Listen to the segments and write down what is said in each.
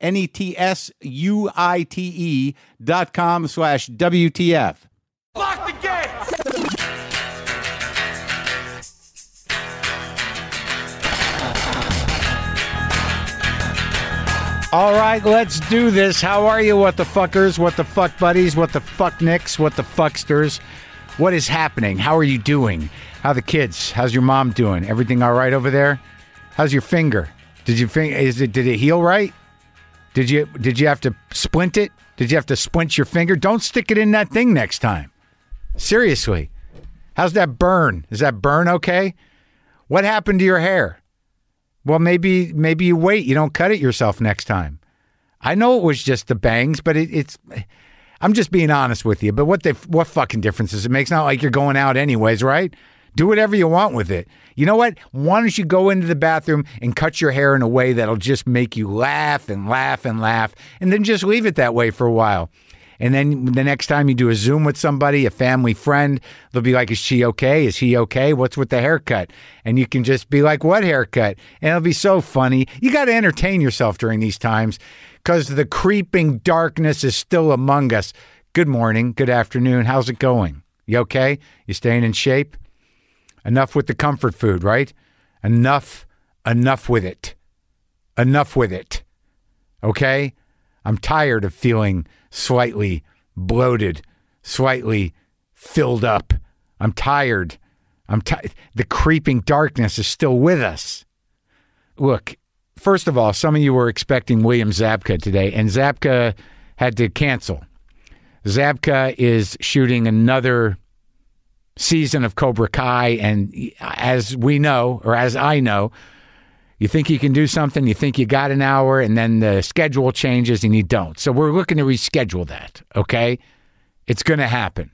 N E T S U I T E dot com slash WTF. Lock the gate! All right, let's do this. How are you, what the fuckers, what the fuck buddies, what the fuck nicks, what the fucksters? What is happening? How are you doing? How are the kids? How's your mom doing? Everything all right over there? How's your finger? Did your finger is it did it heal right? Did you did you have to splint it? Did you have to splint your finger? Don't stick it in that thing next time. Seriously. How's that burn? Is that burn okay? What happened to your hair? Well, maybe maybe you wait. You don't cut it yourself next time. I know it was just the bangs, but it, it's. I'm just being honest with you. But what the what fucking difference does it make? It's not like you're going out anyways, right? Do whatever you want with it. You know what? Why don't you go into the bathroom and cut your hair in a way that'll just make you laugh and laugh and laugh, and then just leave it that way for a while. And then the next time you do a Zoom with somebody, a family friend, they'll be like, Is she okay? Is he okay? What's with the haircut? And you can just be like, What haircut? And it'll be so funny. You got to entertain yourself during these times because the creeping darkness is still among us. Good morning. Good afternoon. How's it going? You okay? You staying in shape? Enough with the comfort food, right? Enough, enough with it. Enough with it okay? I'm tired of feeling slightly bloated, slightly filled up. I'm tired. I'm ti- the creeping darkness is still with us. Look, first of all, some of you were expecting William Zabka today, and Zabka had to cancel. Zabka is shooting another season of Cobra Kai, and as we know, or as I know, you think you can do something, you think you got an hour, and then the schedule changes and you don't. So we're looking to reschedule that, okay? It's going to happen.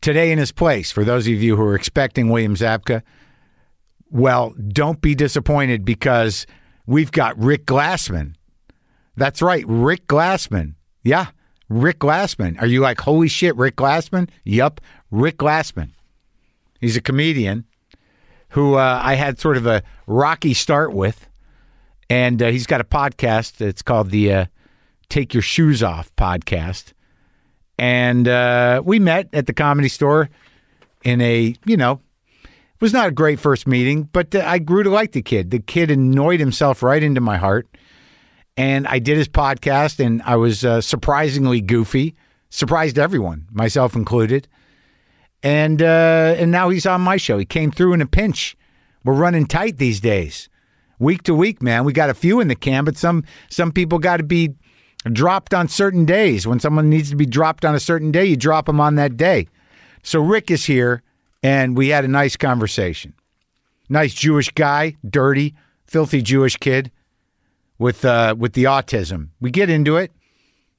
Today in his place, for those of you who are expecting William Zabka, well, don't be disappointed because we've got Rick Glassman. That's right, Rick Glassman. Yeah, Rick Glassman. Are you like, holy shit, Rick Glassman? Yup, Rick Glassman. He's a comedian who uh, I had sort of a rocky start with, and uh, he's got a podcast. It's called the uh, "Take Your Shoes Off" podcast, and uh, we met at the comedy store in a you know it was not a great first meeting, but uh, I grew to like the kid. The kid annoyed himself right into my heart, and I did his podcast, and I was uh, surprisingly goofy, surprised everyone, myself included and uh, and now he's on my show. He came through in a pinch. We're running tight these days, week to week, man. We got a few in the can, but some some people got to be dropped on certain days. When someone needs to be dropped on a certain day, you drop them on that day. So Rick is here, and we had a nice conversation. Nice Jewish guy, dirty, filthy Jewish kid with uh, with the autism. We get into it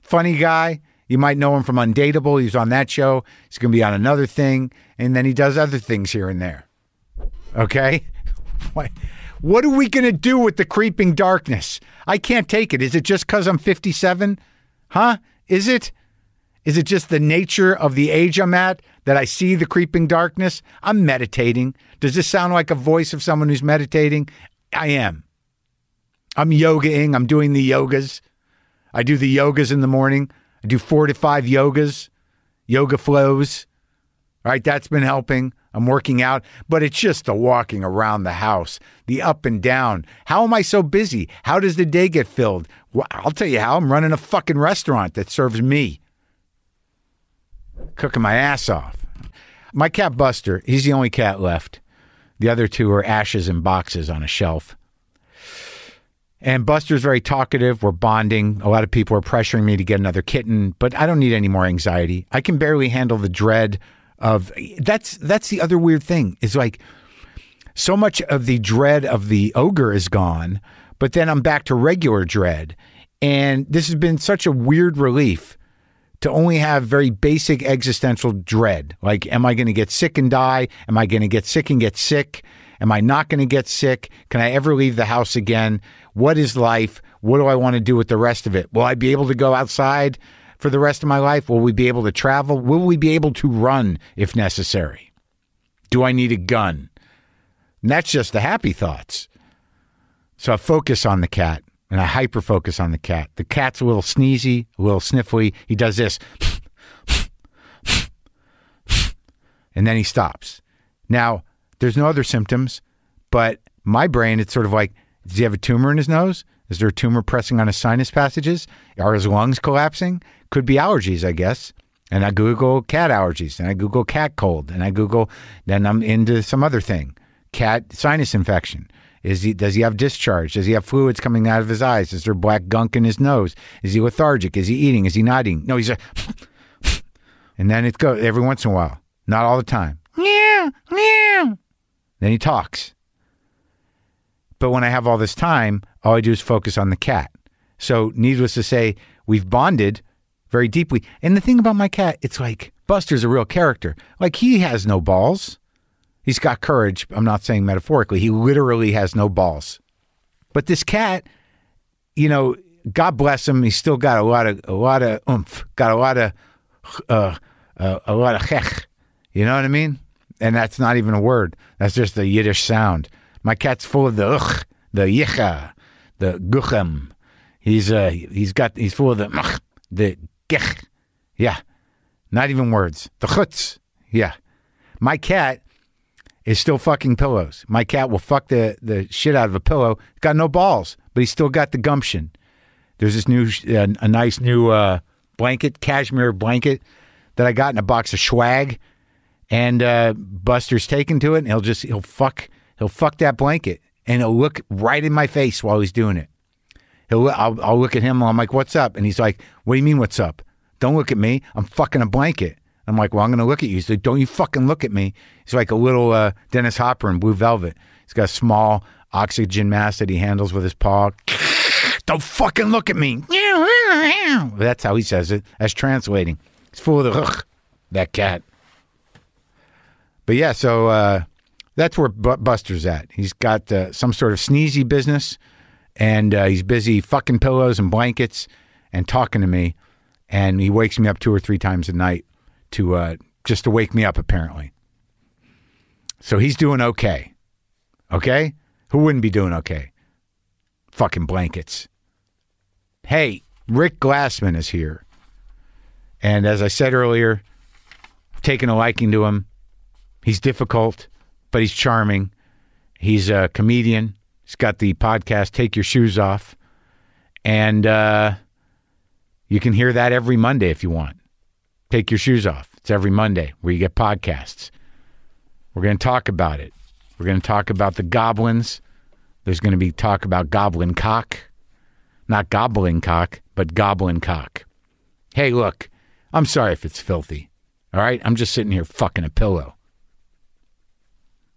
funny guy. You might know him from Undateable. He's on that show. He's going to be on another thing, and then he does other things here and there. Okay, what what are we going to do with the creeping darkness? I can't take it. Is it just because I'm 57? Huh? Is it? Is it just the nature of the age I'm at that I see the creeping darkness? I'm meditating. Does this sound like a voice of someone who's meditating? I am. I'm yogaing. I'm doing the yogas. I do the yogas in the morning. I do four to five yogas, yoga flows. All right, that's been helping. I'm working out, but it's just the walking around the house, the up and down. How am I so busy? How does the day get filled? Well, I'll tell you how. I'm running a fucking restaurant that serves me. cooking my ass off. My cat Buster, he's the only cat left. The other two are ashes in boxes on a shelf. And Buster's very talkative. We're bonding. A lot of people are pressuring me to get another kitten, but I don't need any more anxiety. I can barely handle the dread of that's that's the other weird thing. Is like so much of the dread of the ogre is gone, but then I'm back to regular dread. And this has been such a weird relief to only have very basic existential dread. Like, am I going to get sick and die? Am I going to get sick and get sick? Am I not going to get sick? Can I ever leave the house again? What is life? What do I want to do with the rest of it? Will I be able to go outside for the rest of my life? Will we be able to travel? Will we be able to run if necessary? Do I need a gun? And that's just the happy thoughts. So I focus on the cat and I hyper focus on the cat. The cat's a little sneezy, a little sniffly. He does this and then he stops. Now, there's no other symptoms, but my brain, it's sort of like, does he have a tumor in his nose? Is there a tumor pressing on his sinus passages? Are his lungs collapsing? Could be allergies, I guess. And I Google cat allergies, and I Google cat cold, and I Google, then I'm into some other thing cat sinus infection. Is he, does he have discharge? Does he have fluids coming out of his eyes? Is there black gunk in his nose? Is he lethargic? Is he eating? Is he not eating? No, he's a. and then it goes every once in a while, not all the time. Yeah, yeah. Then he talks. But when I have all this time, all I do is focus on the cat. So, needless to say, we've bonded very deeply. And the thing about my cat, it's like Buster's a real character. Like, he has no balls. He's got courage. I'm not saying metaphorically. He literally has no balls. But this cat, you know, God bless him. He's still got a lot of a lot of oomph. Got a lot of uh, uh, a lot of hech. You know what I mean? And that's not even a word. That's just the Yiddish sound. My cat's full of the ugh, the yicha, the guchem. He's uh, he's got he's full of the mch, the gech. Yeah, not even words. The chutz. Yeah, my cat is still fucking pillows. My cat will fuck the, the shit out of a pillow. He's got no balls, but he's still got the gumption. There's this new, sh- uh, a nice new uh, blanket, cashmere blanket that I got in a box of swag, and uh, Buster's taken to it, and he'll just he'll fuck he'll fuck that blanket, and he'll look right in my face while he's doing it. He'll I'll, I'll look at him, and I'm like, "What's up?" And he's like, "What do you mean, what's up? Don't look at me. I'm fucking a blanket." I'm like, well, I'm going to look at you. He's like, don't you fucking look at me. He's like a little uh, Dennis Hopper in Blue Velvet. He's got a small oxygen mask that he handles with his paw. don't fucking look at me. That's how he says it. That's translating. It's full of the ugh, that cat. But yeah, so uh, that's where Bu- Buster's at. He's got uh, some sort of sneezy business, and uh, he's busy fucking pillows and blankets and talking to me. And he wakes me up two or three times a night to uh, just to wake me up, apparently. So he's doing okay. Okay? Who wouldn't be doing okay? Fucking blankets. Hey, Rick Glassman is here. And as I said earlier, I've taken a liking to him. He's difficult, but he's charming. He's a comedian. He's got the podcast Take Your Shoes Off. And uh, you can hear that every Monday if you want. Take Your Shoes Off. It's every Monday where you get podcasts. We're going to talk about it. We're going to talk about the goblins. There's going to be talk about goblin cock. Not goblin cock, but goblin cock. Hey, look, I'm sorry if it's filthy. All right? I'm just sitting here fucking a pillow.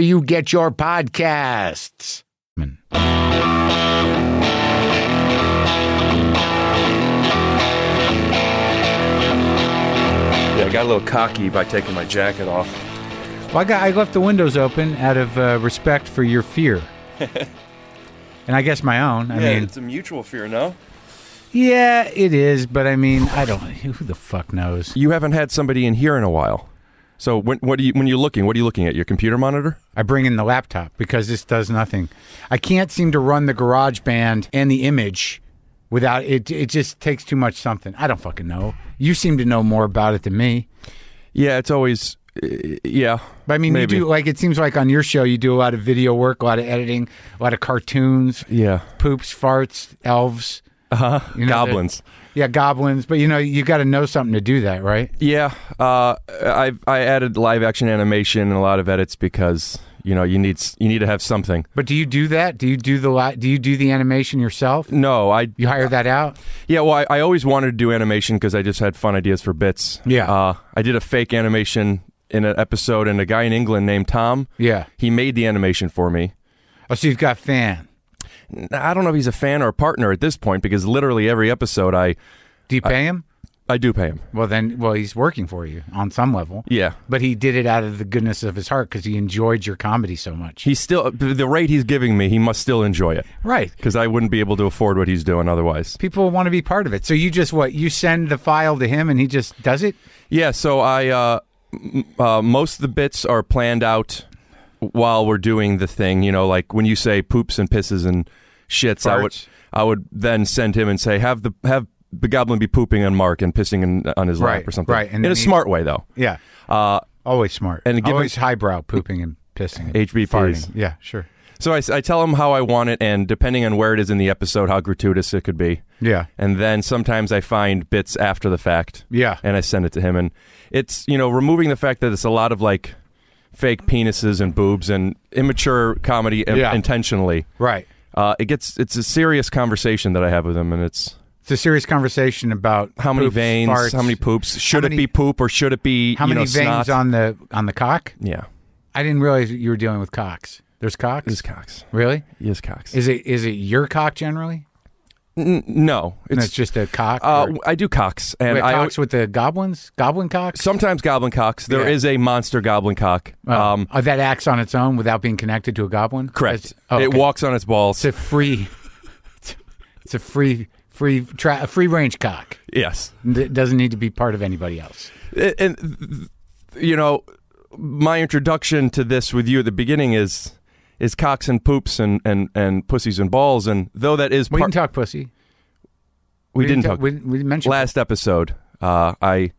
you get your podcasts. Yeah, I got a little cocky by taking my jacket off. Well, I, got, I left the windows open out of uh, respect for your fear. and I guess my own. I yeah, mean, it's a mutual fear, no? yeah, it is, but I mean, I don't. Who the fuck knows? You haven't had somebody in here in a while. So when what do you when you're looking, what are you looking at? Your computer monitor? I bring in the laptop because this does nothing. I can't seem to run the garage band and the image without it. It just takes too much something. I don't fucking know. You seem to know more about it than me. Yeah, it's always uh, yeah. But I mean, Maybe. you do like it seems like on your show you do a lot of video work, a lot of editing, a lot of cartoons, Yeah. poops, farts, elves, Uh-huh. You know, Goblins. yeah, goblins. But you know, you got to know something to do that, right? Yeah, uh, I I added live action animation and a lot of edits because you know you need s- you need to have something. But do you do that? Do you do the li- do you do the animation yourself? No, I You hire that out? yeah. Well, I, I always wanted to do animation because I just had fun ideas for bits. Yeah. uh, I did a fake animation in an episode, and a guy in England named Tom. Yeah. he made the animation for me. Oh, so you've got fan. I don't know if he's a fan or a partner at this point because literally every episode I Do you pay him? I do pay him. Well, then, well, he's working for you on some level. Yeah. But he did it out of the goodness of his heart because he enjoyed your comedy so much. He's still the rate he's giving me, he must still enjoy it right. because I wouldn't be able to afford what he's doing otherwise. People want to be part of it. So you just what? You send the file to him and he just does it? Yeah, so I uh, m- uh, most of the bits are planned out while we're doing the thing. You know, like when you say poops and pisses and shits, I would Farts. I would then send him and say have the have the goblin be pooping on Mark and pissing in, on his Right, lap or something. right, and in then a he- smart way though. Yeah. Uh, Always smart. And give Always highbrow pooping and pissing. and HBPs. farting. Yeah, sure. So I, s- I tell him how I want it, and depending on where it is in the episode, how gratuitous it could be. Yeah. And then sometimes I find bits after the fact. Yeah. And I send it to him, and it's you know removing the fact that it's a lot of like fake penises and boobs and immature comedy im- Yeah. intentionally. Right. Uh, it gets it's a serious conversation that I have with him, and it's It's a serious conversation about how many poops, veins, farts, how many poops, should many- it be poop or should it be how you many know, veins snot? on the on the cock. Yeah, I didn't realize that you were dealing with cocks. There's cocks. is Cox. really? Yes, Cox. Is it is it your cock generally? N- no, And it's, it's, just a cock. uh, or- I do Cox, and Wait, I al- cocks with the goblins, goblin cocks. Sometimes goblin cocks. There is Yeah. a monster goblin cock. Um, Uh, that acts on its own without being connected to a goblin. correct. That's- oh, It okay. walks on its balls. It's a free. It's a free, free, tra- a free range cock. yes, It doesn't need to be part of anybody else. and and, you know, my introduction to this with you at the beginning is is cocks and poops and and and pussies and balls. And though that is We part, didn't talk pussy. we didn't talk We, didn't- we didn't mention. last episode. Uh, I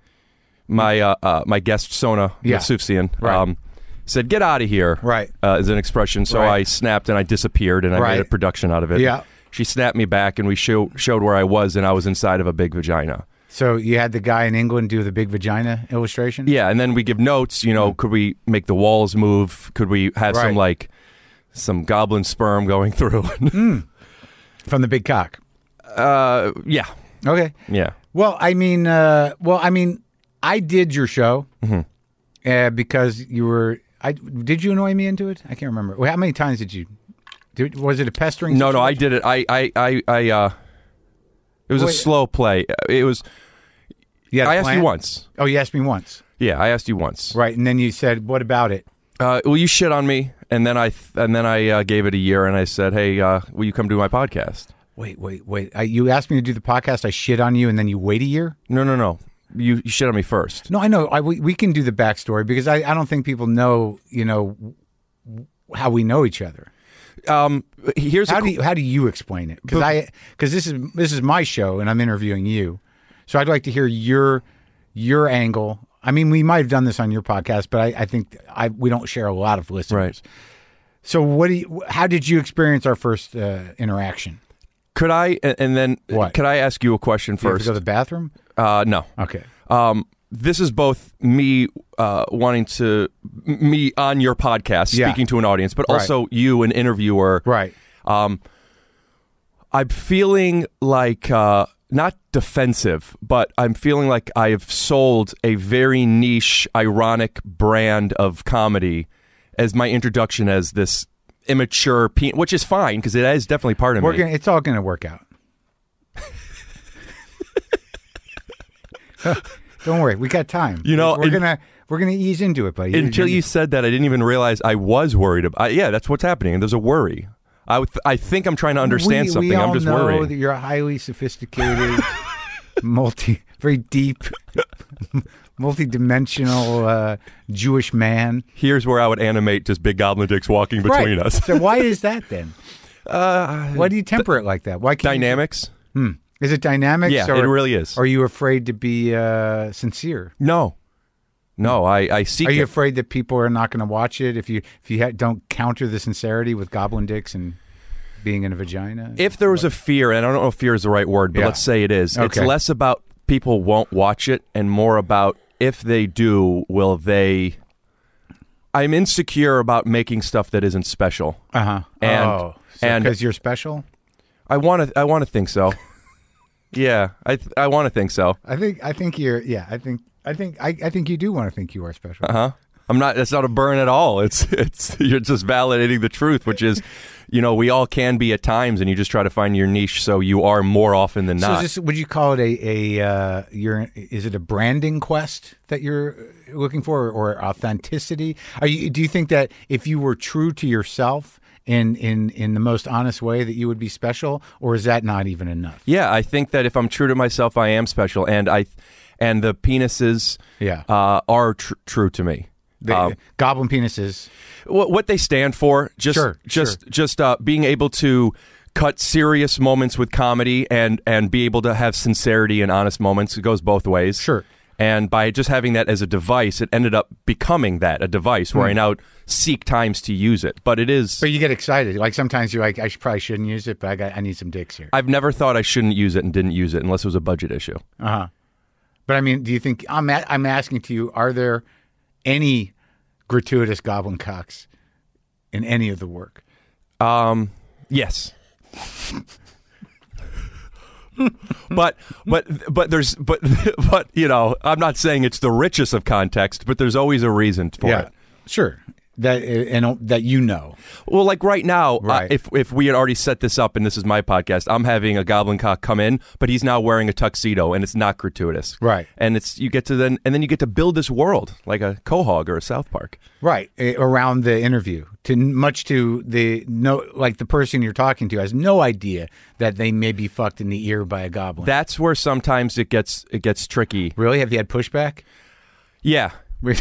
my uh, uh, my guest Sona Yeah. Masufsian, Right. um said, "Get out of here." Right. uh, is an expression. So Right. I snapped and I disappeared and I Right. made a production out of it. Yeah. She snapped me back and we show, showed where I was and I was inside of a big vagina. so you had the guy in England do the big vagina illustration. Yeah, and then we give notes. You know, could we make the walls move? Could we have Right. some like some goblin sperm going through? Mm-hmm. from the big cock. uh, yeah, Okay. yeah. Well, I mean, uh, well, I mean, I did your show Mm-hmm. uh, because you were. I did you annoy me into it? I can't remember. Well, How many times did you? Did, was it a pestering? No, no, I situation? did it. I, I, I, I uh, it was Wait. a slow play. It was. You had a I asked plan? you once. Oh, you asked me once, Yeah, I asked you once. right? And then you said, "What about it?" Uh, well, you shit on me, and then I, th- and then I uh, gave it a year, and I said, "Hey, uh, will you come do my podcast?" Wait, wait, wait. I, you asked me to do the podcast. I shit on you, and then you wait a year. No, no, no. You, you shit on me first. No, I know. I, we, we can do the backstory because I, I don't think people know. You know w- w- how we know each other. Um, here's How a do you, how do you explain it? Because I because this is this is my show and I'm interviewing you, so I'd like to hear your your angle I mean, we might have done this on your podcast, but I, I think I we don't share a lot of listeners. Right. So, what do you, how did you experience our first uh, interaction? Could I and- and then What? could I ask you a question You have to first? go to the bathroom. uh, no. Okay. Um, this is both me uh, wanting to m- me on your podcast Yeah. speaking to an audience, but Right. also you, an interviewer. Right. Um, I'm feeling like uh, not defensive, but I'm feeling like I have sold a very niche, ironic brand of comedy as my introduction as this immature, pe- which is fine because it is definitely part of We're me. gonna, it's all going to work out. Don't worry, we got time. You know, we're in- gonna we're gonna ease into it, buddy. You're Until gonna- you said that, I didn't even realize I was worried about. I, yeah, that's what's happening. There's a worry. I, would- I think I'm trying to understand we, something. We all I'm just know worried. that you're a highly sophisticated, multi, very deep, multi-dimensional uh, Jewish man. Here's where I would animate just big goblin dicks walking between right. us. Uh, so why is that then? why do you temper it like that? Why can't you- Dynamics. is it dynamics? Yeah, or, it really is. Are you afraid to be uh, sincere? No, no, I I seek. Are you it. afraid that people are not going to watch it if you if you ha- don't counter the sincerity with goblin dicks and being in a vagina? if there was a fear, and I don't know if fear is the right word, but Yeah. let's say it is. It's Okay. less about people won't watch it, and more about if they do, will they? I'm insecure about making stuff that isn't special. uh huh, and- oh, and- because you're special. I want to. I want to think so. yeah, I th- I want to think so. I think I think you're yeah I think I think I, I think you do want to think you are special. Huh? I'm not. That's not a burn at all. It's it's you're just validating the truth, which is, you know, we all can be at times, and you just try to find your niche, so you are more often than So not. is this, would you call it a a uh, your is it a branding quest that you're looking for or, authenticity? Are you do you think that if you were true to yourself in in in the most honest way that you would be special or is that not even enough? Yeah, I think that if I'm true to myself, I am special, and I, and the penises, Yeah. uh, are tr- true to me. The- Um, goblin penises. what, what they stand for, just Sure, just just uh, being able to cut serious moments with comedy and and be able to have sincerity and honest moments. It goes both ways. Sure. And by just having that as a device, it ended up becoming that a device where I now seek times to use it. But it is. Hmm. But you get excited. Like sometimes you're like I should, probably shouldn't use it, but I got I need some dicks here. I've never thought I shouldn't use it and didn't use it unless it was a budget issue. But I mean, do you think I'm a- I'm asking to you? Are there any gratuitous goblin cocks in any of the work? Um, yes. but but but there's but but you know I'm not saying it's the richest of context, but there's always a reason for it. sure. That and uh, that you know. Well, like right now, uh, Right. if if we had already set this up and this is my podcast, I'm having a goblin cock come in, but he's now wearing a tuxedo and it's not gratuitous, Right. And it's you get to then and then you get to build this world like a Quahog or a South Park. Right eh, around the interview, to much to the no, like the person you're talking to has no idea that they may be fucked in the ear by a goblin. That's where sometimes it gets it gets tricky. really? Have you had pushback? Yeah,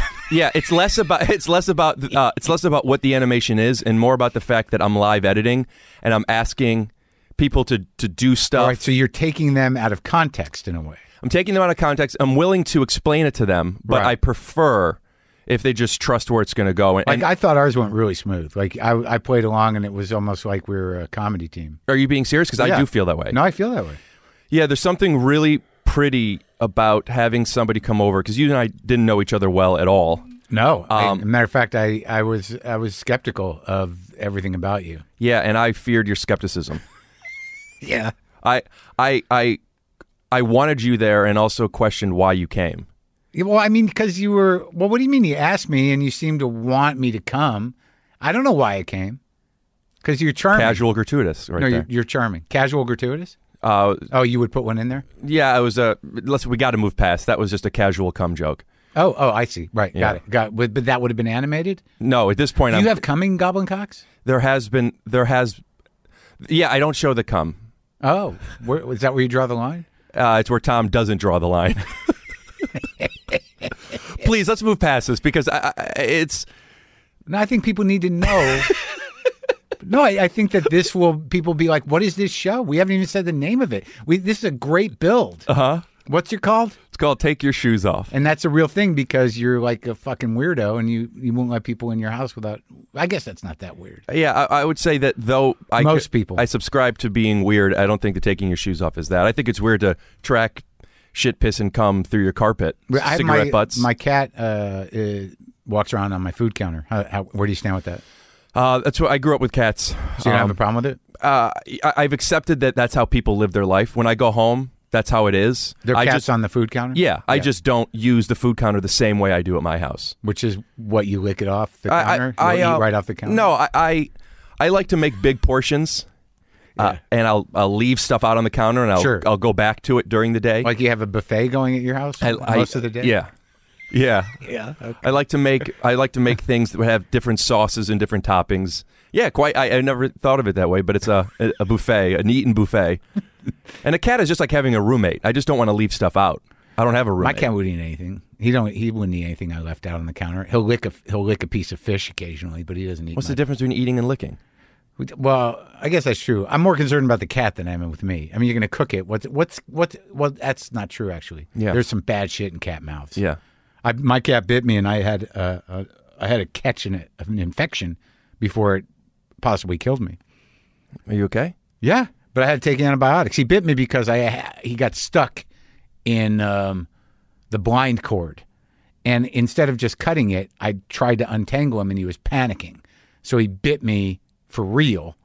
yeah it's less about it's less about uh, it's less about what the animation is and more about the fact that i'm live editing and i'm asking people to to do stuff All right, so you're taking them out of context in a way. i'm taking them out of context i'm willing to explain it to them but Right. i prefer if they just trust where it's going to go and, Like and I thought ours went really smooth. Like I, I played along, and it was almost like we were a comedy team. are you being serious because Yeah. i do feel that way No, I feel that way. yeah there's something really pretty about having somebody come over because you and i didn't know each other well at all No, I- Um, matter of fact, I, I was I was skeptical of everything about you. yeah and i feared your skepticism Yeah, i i i i wanted you there and also questioned why you came well, I mean, because you were well. What do you mean? You asked me, and you seemed to want me to come. I don't know why I came. Because you're charming. casual gratuitous no, right there. you're, you're charming. Casual gratuitous. Uh, Oh, you would put one in there. yeah, it was a. Let's we got to move past. That was just a casual cum joke. Oh, oh, I see. Right, got Yeah. it. Got. But, but that would have been animated. No, at this point, Do I'm, you have coming goblin cocks? there has been there has. Yeah, I don't show the cum. Oh, where, is that where you draw the line? Uh, it's where Tom doesn't draw the line. Please let's move past this because I, I, it's No, I think people need to know. no, I, I think that this will people be Uh-huh. like, "What is this show? We haven't even said the name of it. We this is a great build. Uh huh. What's it called? it's called Take Your Shoes Off. And that's a real thing because you're like a fucking weirdo and you, you won't let people in your house without. I guess that's not that weird. Yeah, I, I would say that though. I Most people. I subscribe to being weird. I don't think that taking your shoes off is that. I think it's weird to track shit, piss, and cum through your carpet, I have cigarette my, butts. My cat uh, uh, walks around on my food counter. How, how, where do you stand with that? uh, that's what I grew up with cats. So you don't Um, have a problem with it? uh, I- I've accepted that that's how people live their life. When I go home, that's how it is. There are I cats just, on the food counter? yeah, I just don't use the food counter the same way I do at my house. Which is what you lick it off the I- counter? I, I, You'll uh, eat right off the counter? No, I, I, I like to make big portions, uh, and I'll I'll leave stuff out on the counter, and I'll Sure. I'll go back to it during the day. Like you have a buffet going at your house I, I- most of the day? Yeah, yeah. Yeah. okay. I like to make I like to make things that have different sauces and different toppings. Yeah, quite. I, I never thought of it that way, but it's a a buffet, an eaten buffet. And a cat is just like having a roommate. I just don't want to leave stuff out. I don't have a My roommate. cat wouldn't eat anything. He don't. He wouldn't eat anything I left out on the counter. He'll lick a he'll lick a piece of fish occasionally, but he doesn't eat. What's the much. difference between eating and licking? well, I guess that's true. I'm more concerned about the cat than I am with me. I mean, you're gonna cook it. What's what's what? Well, that's not true actually. Yeah. There's some bad shit in cat mouths. Yeah. I, my cat bit me, and I had uh, a I had a catch in it of an infection before it possibly killed me. Are you okay? Yeah, but I had to take antibiotics. He bit me because I ha- he got stuck in um, the blind cord, and instead of just cutting it, I tried to untangle him, and he was panicking, so he bit me for real,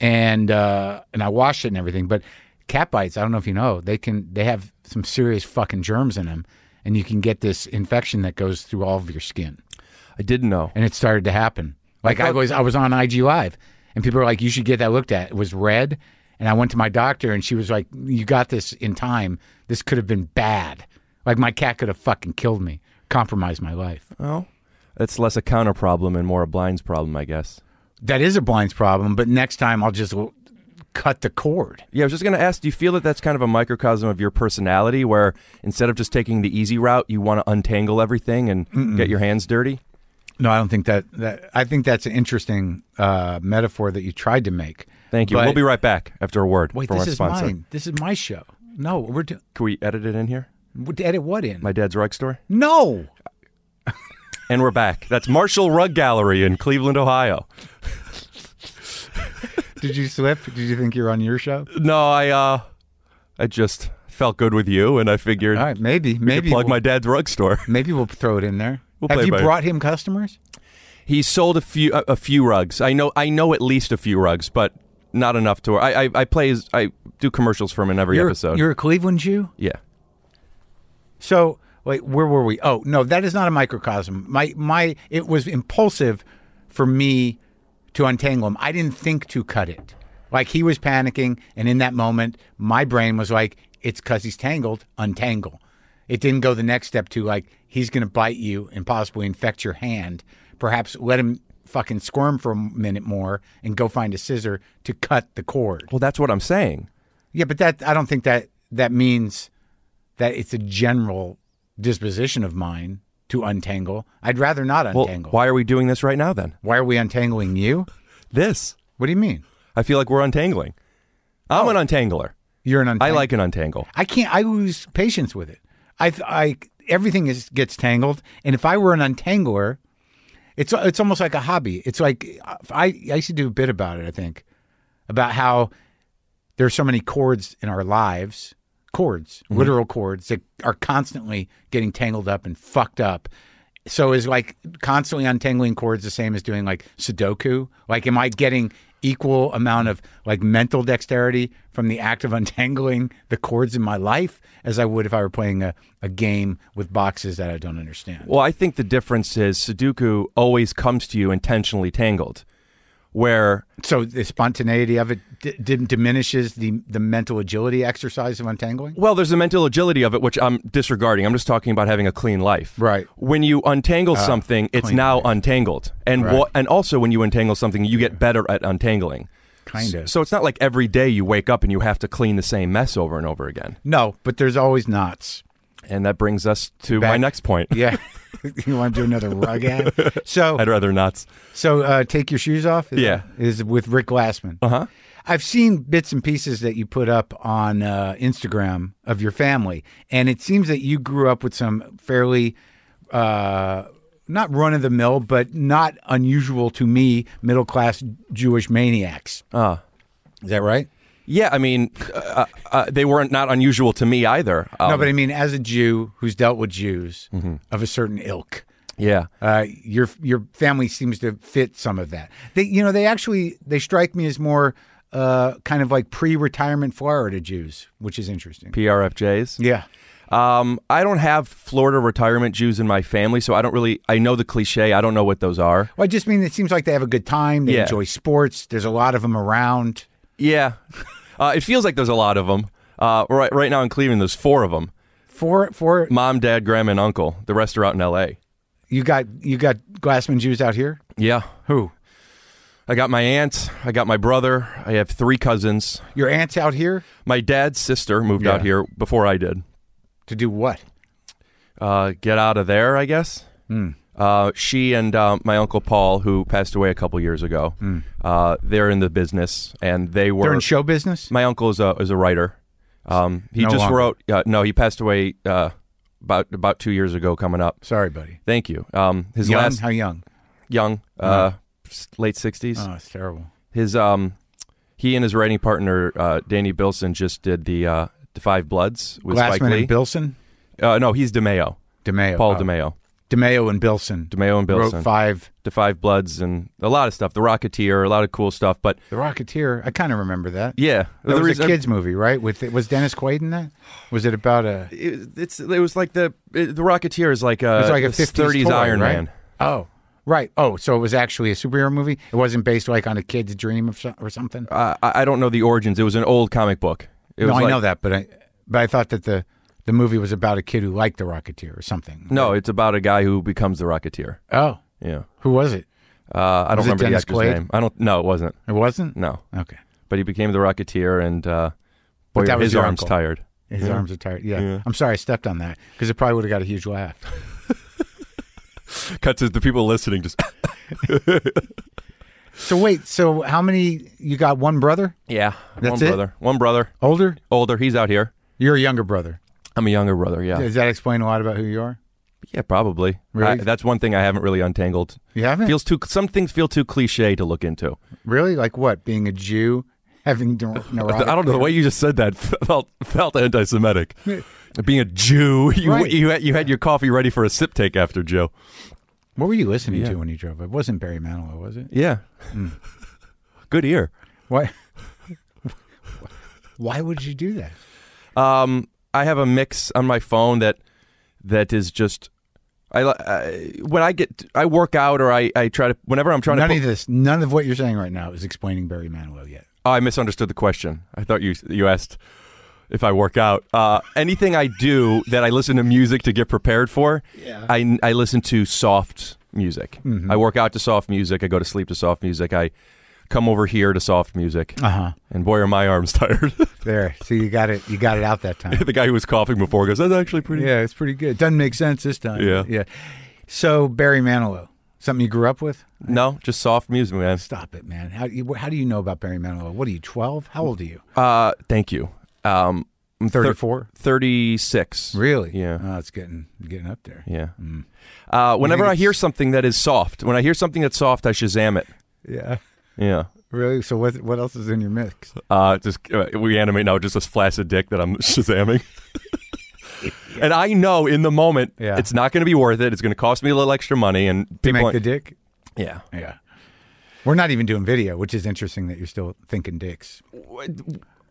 and uh, and I washed it and everything. But cat bites, I don't know if you know, they can they have some serious fucking germs in them, and you can get this infection that goes through all of your skin I didn't know. and it started to happen. Like I, was, I was on IG Live, and people were like, "You should get that looked at." It was red, and I went to my doctor, and she was like, "You got this in time. This could have been bad. Like my cat could have fucking killed me, compromised my life." Well, that's less a counter problem and more a blinds problem, I guess. That is a blinds problem, but next time I'll just l- cut the cord. Yeah, I was just going to ask do you feel that that's kind of a microcosm of your personality where instead of just taking the easy route, you want to untangle everything and get your hands dirty? No, I don't think that. that I think that's an interesting uh, metaphor that you tried to make. Thank you. But- we'll be right back after a word Wait, from this our is sponsor. mine. This is my show. No, we're doing. Can we edit it in here? Edit what in? My dad's rug store? no. And we're back. That's Marshall Rug Gallery in Cleveland, Ohio. Did you slip? Did you think you're on your show? No, I uh I just felt good with you and I figured All right, maybe, I maybe could plug we'll, my dad's rug store. maybe we'll throw it in there. We'll Have play you by ear. brought him customers? He sold a few a, a few rugs. I know I know at least a few rugs, but not enough to I I, I play his, I do commercials for him in every You're, episode. you're a Cleveland Jew. yeah. So wait, where were we? Oh no, that is not a microcosm. My my, it was impulsive for me to untangle him. I didn't think to cut it. Like he was panicking, and in that moment, my brain was like, "It's because he's tangled. Untangle." It didn't go the next step to like he's going to bite you and possibly infect your hand. Perhaps let him fucking squirm for a minute more and go find a scissor to cut the cord. Well, that's what I'm saying. Yeah, but that I don't think that that means that it's a general disposition of mine to untangle. I'd rather not Well, untangle. why are we doing this right now then? Why are we untangling you? This. What do you mean? I feel like we're untangling. I'm Oh. an untangler. You're an untangler. I like an untangle. I can't. I lose patience with it. I, th- I, everything is gets tangled. And if I were an untangler, it's it's almost like a hobby. It's like I I used to do a bit about it. I think about how there's so many cords in our lives, cords, literal cords that are constantly getting tangled up and fucked up. So is like constantly untangling cords the same as doing like Sudoku? Like, am I getting equal amount of like mental dexterity from the act of untangling the cords in my life as I would if I were playing a, a game with boxes that I don't understand? Well, I think the difference is Sudoku always comes to you intentionally tangled, where So the spontaneity of it d- d- diminishes the the mental agility exercise of untangling. well, there's a mental agility of it, which I'm disregarding. I'm just talking about having a clean life. Right. Uh, When you untangle something, it's clean now untangled, and what, and also when you untangle something, you get better at untangling. Kind of. So it's not like every day you wake up and you have to clean the same mess over and over again. No, but there's always knots. And that brings us to my Back- next point. Yeah. you want to do another rug ad? So I'd rather not. so uh, take your shoes off. Is Yeah. Uh-huh. is with Rick Glassman. Uh huh. I've seen bits and pieces that you put up on uh, Instagram of your family, and it seems that you grew up with some fairly uh, not run of the mill, but not unusual to me middle class Jewish maniacs. Ah. Is that right? Yeah, I mean, uh, uh, they weren't not unusual to me either. Um, no, but I mean, as a Jew who's dealt with Jews of a certain ilk, yeah, uh, your your family seems to fit some of that. They, you know, they actually they strike me as more uh, kind of like pre-retirement Florida Jews, which is interesting. PRFJs. yeah, Um, I don't have Florida retirement Jews in my family, so I don't really. I know the cliche. I don't know what those are. well, I just mean it seems like they have a good time. They Yeah. enjoy sports. There's a lot of them around. Yeah, uh, it feels like there's a lot of them. Uh, right, right now in Cleveland, there's four of them: For for mom, dad, grandma, and uncle. The rest are out in L.A. you got you got Glassman Jews out here. Yeah, Who I got my aunt. I got my brother. I have three cousins. your aunts out here My dad's sister moved out Yeah. here before I did. to do what? uh, get out of there, I guess. Hmm. Uh, she and uh, my uncle Paul, who passed away a couple years ago, uh, they're in the business, and they were. Hmm. They're in show business. my uncle is a is a writer. Um, he No just longer. wrote. Uh, no, he passed away uh, about about two years ago. Coming up. Sorry, buddy. Thank you. Um, his Young? last How young? young, uh, s- late sixties. Oh, it's terrible. His um, he and his writing partner uh, Danny Bilson just did the uh, the Five Bloods with Spike Glassman Lee. and Bilson. uh, no, he's DeMeo. DeMeo. Paul oh. DeMeo. DeMeo and Bilson. DeMeo and Bilson. Wrote five. the Five Bloods and a lot of stuff, The Rocketeer, a lot of cool stuff. But The Rocketeer. I kind of remember that. yeah, That the was reason- a kids movie, right? With was Dennis Quaid in that? Was it about a? It It, it's it was like the it, the Rocketeer is like a was like a 50s 50s toy, Iron right? Man. Oh, right. Oh, so it was actually a superhero movie. It wasn't based like on a kid's dream of so, or something. I, I I don't know the origins. It was an old comic book. It no, was like, I know that, but I but I thought that the the movie was about a kid who liked the Rocketeer or something. No, it's about a guy who becomes the Rocketeer. Oh, Yeah, who was it? uh, I don't it remember the Dennis actor's Quaid? name. I don't. No, it wasn't. It wasn't. No, Okay. but he became the Rocketeer, and uh, boy, that was his your arms uncle. tired. His arms are tired. Yeah. I'm sorry I stepped on that because it probably would have got a huge laugh. Cut to the people listening. Just So wait, so how many? You got one brother, yeah, one That's it? brother, one brother, older? older. He's out here. You're a younger brother. I'm a younger brother. Yeah, Does that explain a lot about who you are? Yeah, probably. Really? I- that's one thing I haven't really untangled. You haven't? Feels too. Some things feel too cliche to look into. Really? Like what? Being a Jew, having neur- neurotic. I don't know. The way you just said that felt felt anti-Semitic. Being a Jew, you Right. you had, you had your coffee ready for a sip take after Joe. What were you listening to when you drove? It wasn't Barry Manilow, was it? Yeah. Hmm. Good ear. Why? Why would you do that? Um, I have a mix on my phone that that is just. I, li- I when I get I work out or I, I try to whenever I'm trying None to of this, none of what you're saying right now is explaining Barry Manilow yet. Oh, I misunderstood the question. I thought you you asked if I work out. Uh, anything I do that I listen to music to get prepared for, Yeah. I, I listen to soft music. Mm-hmm. I work out to soft music. I go to sleep to soft music. I come over here to soft music. Uh huh. And boy, are my arms tired. There. So you got it. You got it out that time. the guy who was coughing before goes, that's actually pretty. yeah, it's pretty good. Doesn't make sense this time. Yeah. Yeah. So Barry Manilow, something you grew up with? No, just soft music, man. Stop it, man. How, you, how do you know about Barry Manilow? What are you? Twelve? How old are you? Uh, thank you. Um, I'm thir- Thirty-four. 36. Really? Yeah. Oh, it's getting getting up there. Yeah. Uh, whenever I it's- hear something that is soft, when I hear something that's soft, I Shazam it. Yeah. Yeah. Really? So what? What else is in your mix? Uh, just uh, we animate now just this flaccid dick that I'm shazamming. and I know in the moment Yeah. it's not going to be worth it. It's going to cost me a little extra money, and To make people the dick? yeah. Yeah. We're not even doing video, which is interesting that you're still thinking dicks.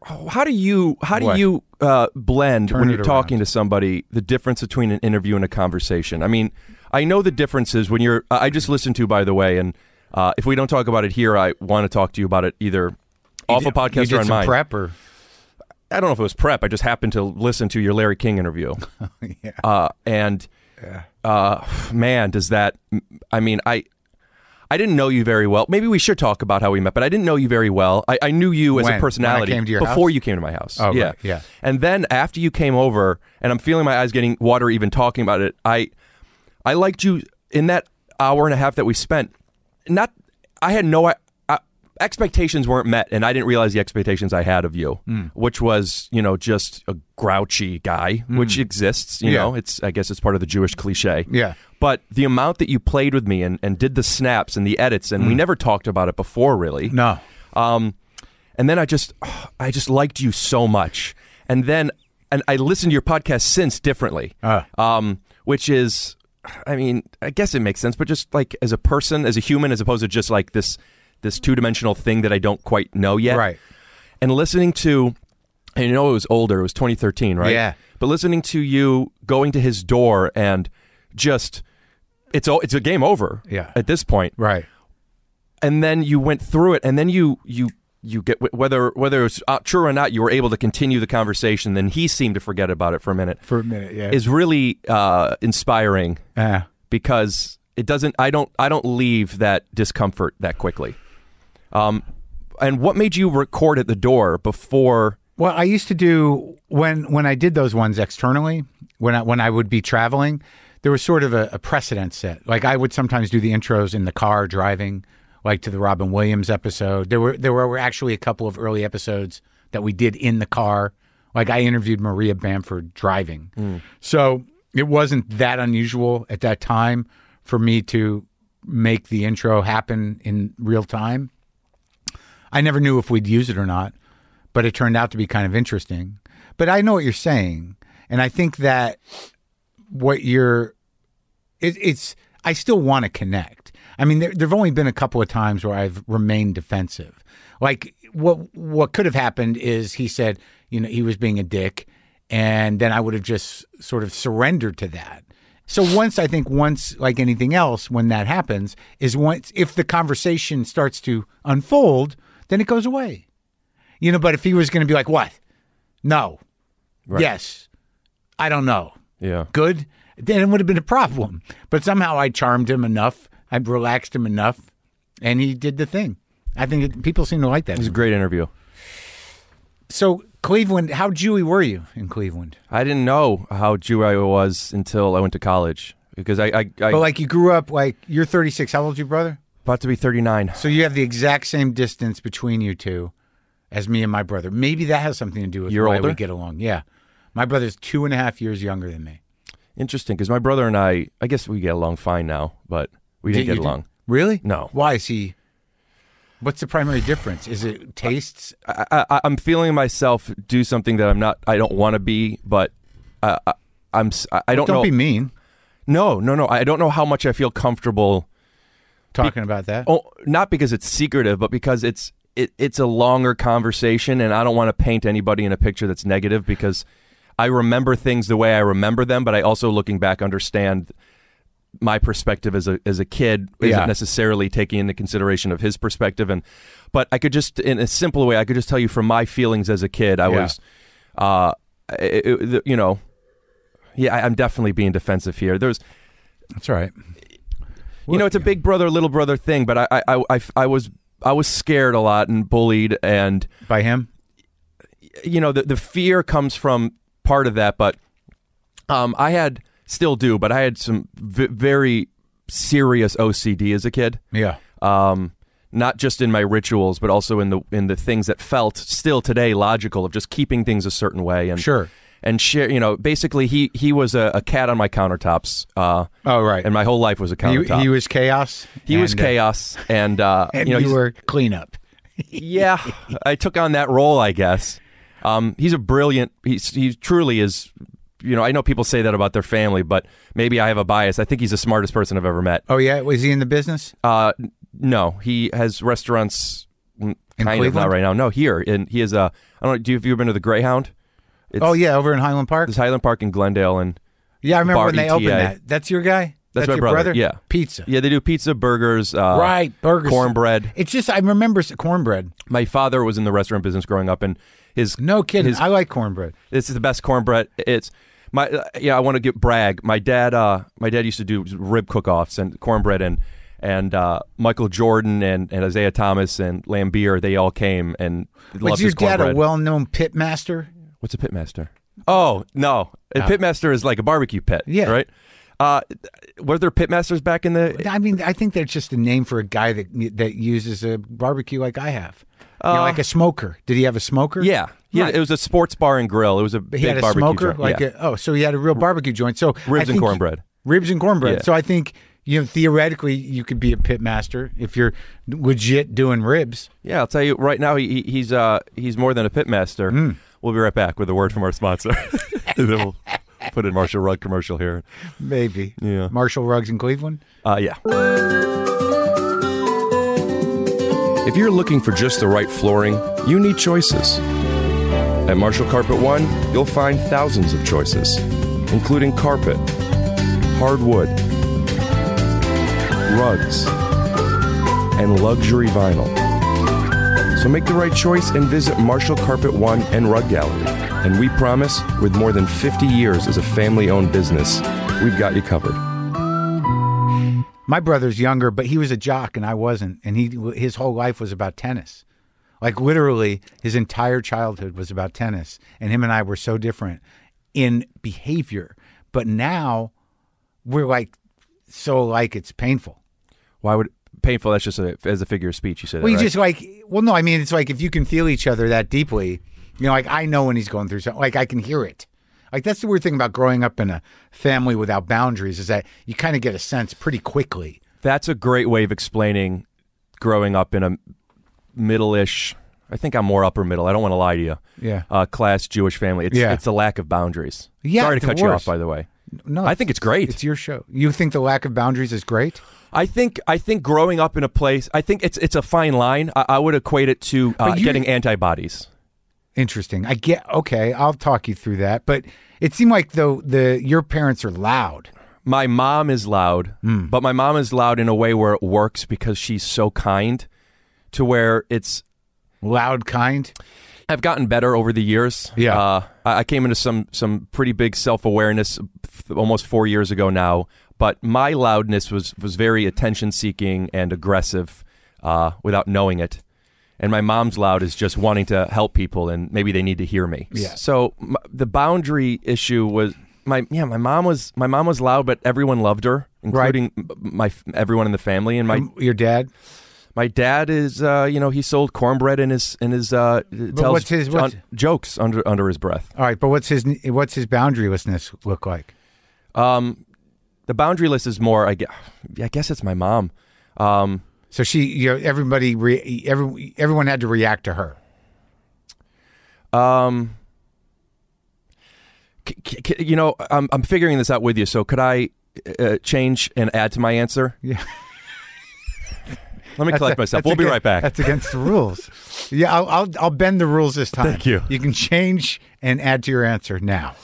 How do you how do What? you uh, blend Turn when it you're talking to somebody the difference between an interview and a conversation? I mean, I know the differences when you're. I I just listened to by the way, and uh, if we don't talk about it here, I want to talk to you about it either. Off a podcast you did or on some mine. prep or I don't know if it was prep. I just happened to listen to your Larry King interview. yeah. uh, and uh, man, does that? I mean, I I didn't know you very well. Maybe we should talk about how we met, but I didn't know you very well. I, I knew you When? as When I a personality came to your before house? you came to my house. Oh, right, yeah, yeah. And then after you came over, and I'm feeling my eyes getting water even talking about it. I I liked you in that hour and a half that we spent. Not I had no I, I expectations weren't met, and I didn't realize the expectations I had of you, Hmm. which was you know just a grouchy guy, which exists. You Hmm. Yeah. know, it's I guess it's part of the Jewish cliche. Yeah. But the amount that you played with me and, and did the snaps and the edits, and we never talked about it before, really. Hmm. No. Um, and then I just, I just liked you so much. And then, and I listened to your podcast since differently, Ah. um, which is, I mean, I guess it makes sense, but just like as a person, as a human, as opposed to just like this, this two dimensional thing that I don't quite know yet. Right. And listening to, and you know, it was older. It was 2013, right? Yeah. But listening to you going to his door and just, it's all, it's a game over. Yeah. At this point, Right. and then you went through it, and then you you you get whether whether it's uh, true or not, you were able to continue the conversation. Then he seemed to forget about it for a minute. For a minute, yeah. Uh-huh. Is really uh, inspiring Yeah. because it doesn't. I don't. I don't leave that discomfort that quickly. Um, and what made you record at the door before? Well, I used to do when when I did those ones externally, when I when I would be traveling, there was sort of a, a precedent set. Like I would sometimes do the intros in the car driving, like to the Robin Williams episode. There were there were actually a couple of early episodes that we did in the car. Like I interviewed Maria Bamford driving. So it wasn't that unusual at that time for me to make the intro happen in real time. I never knew if we'd use it or not, but it turned out to be kind of interesting. But I know what you're saying, and I think that what you're it, it's I still want to connect. I mean, there there've only been a couple of times where I've remained defensive. Like what what could have happened is he said, you know, he was being a dick, and then I would have just sort of surrendered to that. So once I think once like anything else, when that happens, is once if the conversation starts to unfold, then it goes away. You know, but if he was going to be like, what? No. Yes. I don't know Yeah. good, then it would have been a problem. But somehow I charmed him enough, I relaxed him enough, and he did the thing. I think it, people seem to like that. It was a great interview. So Cleveland, how Jewy were you in Cleveland? I didn't know how Jew I was until I went to college because I, I, I But like you grew up like you're 36. How old's your brother? about to be 39. So you have the exact same distance between you two as me and my brother. Maybe that has something to do with You're why older? we get along. Yeah, my brother's two and a half years younger than me. Interesting, because my brother and I, I guess we get along fine now, but we didn't You get do- along. Really? No. Why is he? What's the primary difference? Is it tastes? I, I, I'm feeling myself do something that I'm not, I don't want to be, but I, I, I'm, s- I, I don't, Don't know. be mean no, no, no. I don't know how much I feel comfortable. talking about that. Oh, not because it's secretive, but because it's, it, it's a longer conversation, and I don't want to paint anybody in a picture that's negative because I remember things the way I remember them, but I also, looking back, understand my perspective as a as a kid isn't Yeah. necessarily taking into consideration of his perspective and but I could just in a simple way I could just tell you from my feelings as a kid I Yeah. was uh it, it- the- you know yeah I, I'm definitely being defensive here there's That's all right. you know it's a big brother little brother thing but I I, I, I I was I was scared a lot and bullied and By him? you know the, the fear comes from part of that but um, i had still do but i had some v- very serious ocd as a kid Yeah. um, not just in my rituals but also in the in the things that felt still today logical of just keeping things a certain way and Sure. and share you know basically he he was a, a cat on my countertops uh, Oh, right. and my whole life was he, a countertop he was chaos. He was and, uh, chaos and uh and you know you he's- were cleanup. yeah, I took on that role, I guess. Um, he's a brilliant. He's, he truly is. You know, I know people say that about their family, but maybe I have a bias. I think he's the smartest person I've ever met. Oh yeah, was he in the business? Uh, n- no, he has restaurants. mm, In Kind of not Cleveland? right now. No, here, and he is a. I don't. Do you have you ever been to the Greyhound? It's, oh yeah, over in Highland Park. It's Highland Park in Glendale, and Yeah, I remember Bar when they ETA. opened that. That's your guy. That's my your brother, yeah. Pizza. yeah, they do pizza, burgers, uh, Right. Burgers. cornbread. It's just I remember s- cornbread. My father was in the restaurant business growing up, and his No kidding. His- I like cornbread. This is the best cornbread. It's my uh, yeah. I want to get brag. My dad. Uh, my dad used to do rib cook-offs and cornbread and and uh, Michael Jordan and, and Isaiah Thomas and Lambier. They all came and loved Was your his dad cornbread. a well-known pit master? What's a pitmaster? Oh no, a pitmaster is like a barbecue pit. Yeah. right. Uh, were there pitmasters back in the? I mean, I think that's just a name for a guy that that uses a barbecue like I have, You know, like a smoker. Did he have a smoker? Uh, Yeah, yeah. Right. It was a sports bar and grill. It was a But big he had a barbecue smoker, joint. like yeah. a, oh, so he had a real barbecue joint. So I Ribs and think- cornbread. ribs and cornbread. Yeah. So I think you know theoretically you could be a pit master if you're legit doing ribs. yeah. I'll tell you right now, he, he- he's uh he's more than a pitmaster. Hmm. We'll be right back with a word from our sponsor. and then we'll put in Marshall Rudd commercial here. Maybe. Yeah. Marshall Ruggs in Cleveland. Uh, yeah. If you're looking for just the right flooring, you need choices. At Marshall Carpet One, you'll find thousands of choices, including carpet, hardwood, rugs, and luxury vinyl. So make the right choice and visit Marshall Carpet One and Rug Gallery. And we promise, with more than 50 years as a family owned business, we've got you covered. My brother's younger, but he was a jock and I wasn't, and he his whole life was about tennis. Like literally, his entire childhood was about tennis, and him and I were so different in behavior. But now we're like so like it's painful. Why would painful? That's just a, as a figure of speech. You said. Well, that, you right? just like, well, no, I mean, it's like if you can feel each other that deeply, you know, like I know when he's going through something, like I can hear it. Like that's the weird thing about growing up in a family without boundaries is that you kind of get a sense pretty quickly. That's a great way of explaining growing up in a middle-ish. I think I'm more upper middle. I don't want to lie to you. Yeah. Uh, class Jewish family. It's, Yeah. It's a lack of boundaries. Yeah, Sorry to the cut you off, worst. by the way. No, I think it's great. It's your show. You think the lack of boundaries is great? I think I think growing up in a place. I think it's it's a fine line. I, I would equate it to uh, But you- getting antibodies. Interesting. I get okay. I'll talk you through that, but it seemed like though the your parents are loud. My mom is loud, Hmm. but my mom is loud in a way where it works because she's so kind. To where it's Loud kind. I've gotten better over the years. Yeah. uh, I I came into some some pretty big self awareness almost four years ago now. But my loudness was was very attention seeking and aggressive, uh, without knowing it. And my mom's loud is just wanting to help people, and maybe they need to hear me. Yeah. So m- the boundary issue was my yeah my mom was my mom was loud, but everyone loved her, Right. including m- my f- everyone in the family. And my Your dad. my dad is, uh, you know, he sold cornbread in his in his uh, tells what's his- what's- jo- jokes under under his breath. All right, but what's his what's his boundarylessness look like? The boundary list is more. I guess, I guess it's my mom. Um, So she, you know, everybody, re, every, everyone had to react to her. c- c- c- you know, I'm I'm figuring this out with you. So could I uh, change and add to my answer? Yeah. Let me collect myself. that's We'll be aga- right back. That's against the rules. yeah, I'll, I'll I'll bend the rules this time. Thank you. You can change and add to your answer now.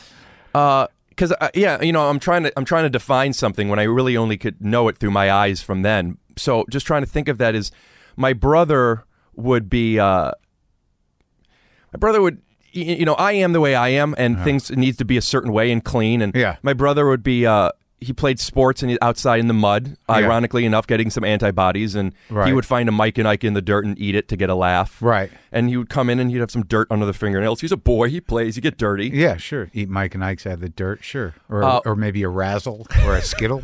because uh, yeah, you know, I'm trying to I'm trying to define something when I really only could know it through my eyes from then. So just trying to think of that is my brother would be uh, my brother would y- you know I am the way I am and things needs to be a certain way and clean and Yeah. my brother would be uh, he played sports and he- outside in the mud ironically enough getting some antibodies and he Right. would find a Mike and Ike in the dirt and eat it to get a laugh Right. and he would come in and he'd have some dirt under the fingernails he's a boy he plays you get dirty Yeah, sure. Eat Mike and Ike's out of the dirt, sure, or Uh, or maybe a razzle or a skittle,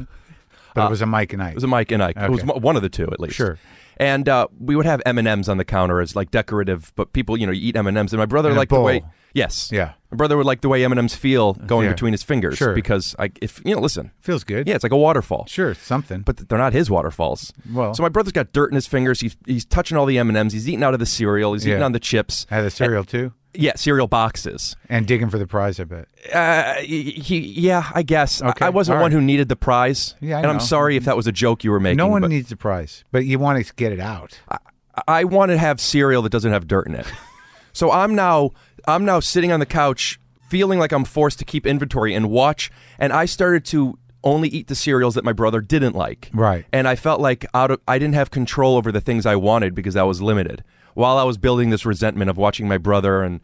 but it was a Mike and Ike. It was a Mike and Ike. It was Okay. one of the two, at least. Sure. And uh, we would have M and M's on the counter as like decorative, but people, you know, you eat M and M's. And my brother In a liked the way, bowl. yes, Yeah. Uh, my brother would like the way M and M's feel going Yeah. between his fingers, Sure. because I, if you know, listen, Feels good. yeah, it's like a waterfall. sure, something. But But they're not his waterfalls. Well- so my brother's got dirt in his fingers. He's, he's touching all the M and M's. He's eating out of the cereal. He's eating Yeah. on the chips. out of the cereal too, Yeah, cereal boxes. and digging for the prize. I bet. Uh, he, he- yeah, I guess I- Okay, I wasn't all one right. who needed the prize. Yeah, I and I'm know. sorry if that was a joke you were making. No one but- Uh, needs the prize, but you want to get it out. I want to have cereal that doesn't have dirt in it. so I'm now I'm now sitting on the couch feeling like I'm forced to keep inventory and watch and I started to only eat the cereals that my brother didn't like. Right. And I felt like out of I didn't have control over the things I wanted because I was limited. While I was building this resentment of watching my brother and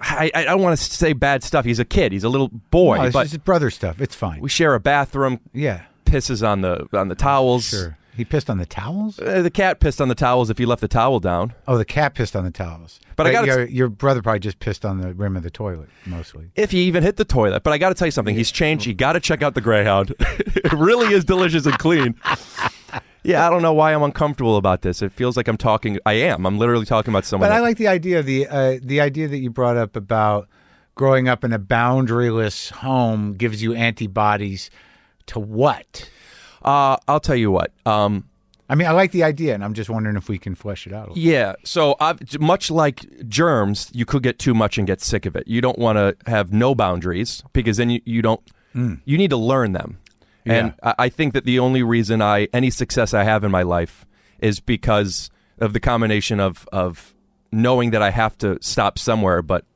I, I don't want to say bad stuff. He's a kid. He's a little boy, No, it's but just brother stuff. It's fine. we share a bathroom. yeah. Pisses on the on the towels. Sure. He pissed on the towels? Uh, the cat pissed on the towels if you left the towel down. Oh, the cat pissed on the towels. But I gotta your, your brother probably just pissed on the rim of the toilet mostly. If he even hit the toilet. But I got to tell you something. He's changed. You got to check out the Greyhound. it really is delicious and clean. Yeah, I don't know why I'm uncomfortable about this. It feels like I'm talking. I am. I'm literally talking about someone. But I that- like the idea of the uh, the idea that you brought up about growing up in a boundaryless home gives you antibodies to what? uh, I'll tell you what. Um, I mean, I like the idea, and I'm just wondering if we can flesh it out. A little. Yeah. So I've, much like germs, you could get too much and get sick of it. You don't want to have no boundaries because then you, you don't. You need to learn them. And I, I think that the only reason I any success I have in my life is because of the combination of of knowing that I have to stop somewhere, but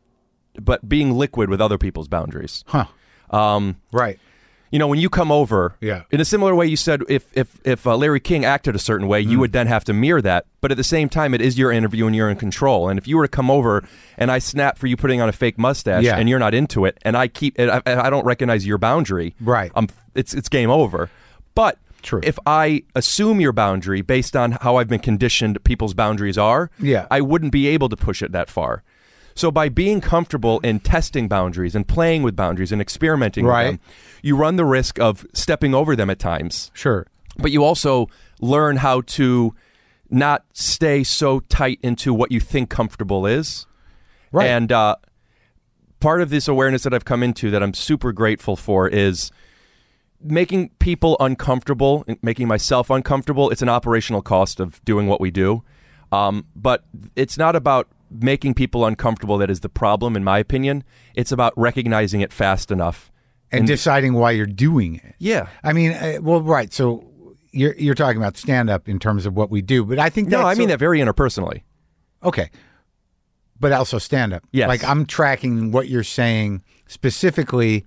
but being liquid with other people's boundaries. Huh? Um, Right. you know, when you come over, Yeah. in a similar way, you said if if if uh, Larry King acted a certain way, Mm-hmm. you would then have to mirror that. But at the same time, it is your interview and you're in control. And if you were to come over and I snap for you putting on a fake mustache Yeah. and you're not into it, and I keep and I, and I don't recognize your boundary, Right. I'm it's it's game over. But True. if I assume your boundary based on how I've been conditioned people's boundaries are, Yeah. I wouldn't be able to push it that far. So by being comfortable in testing boundaries and playing with boundaries and experimenting with Right. them, you run the risk of stepping over them at times, Sure. but you also learn how to not stay so tight into what you think comfortable is. Right. And uh, part of this awareness that I've come into that I'm super grateful for is making people uncomfortable, and making myself uncomfortable. It's an operational cost of doing what we do. Um, but it's not about making people uncomfortable that is the problem, in my opinion. It's about recognizing it fast enough. And, deciding why you're doing it. Yeah. I mean, uh, well, right. So you're you're talking about stand up in terms of what we do, but I think No, that's I mean so- that very interpersonally. Okay. But also stand up. Yes. Like I'm tracking what you're saying specifically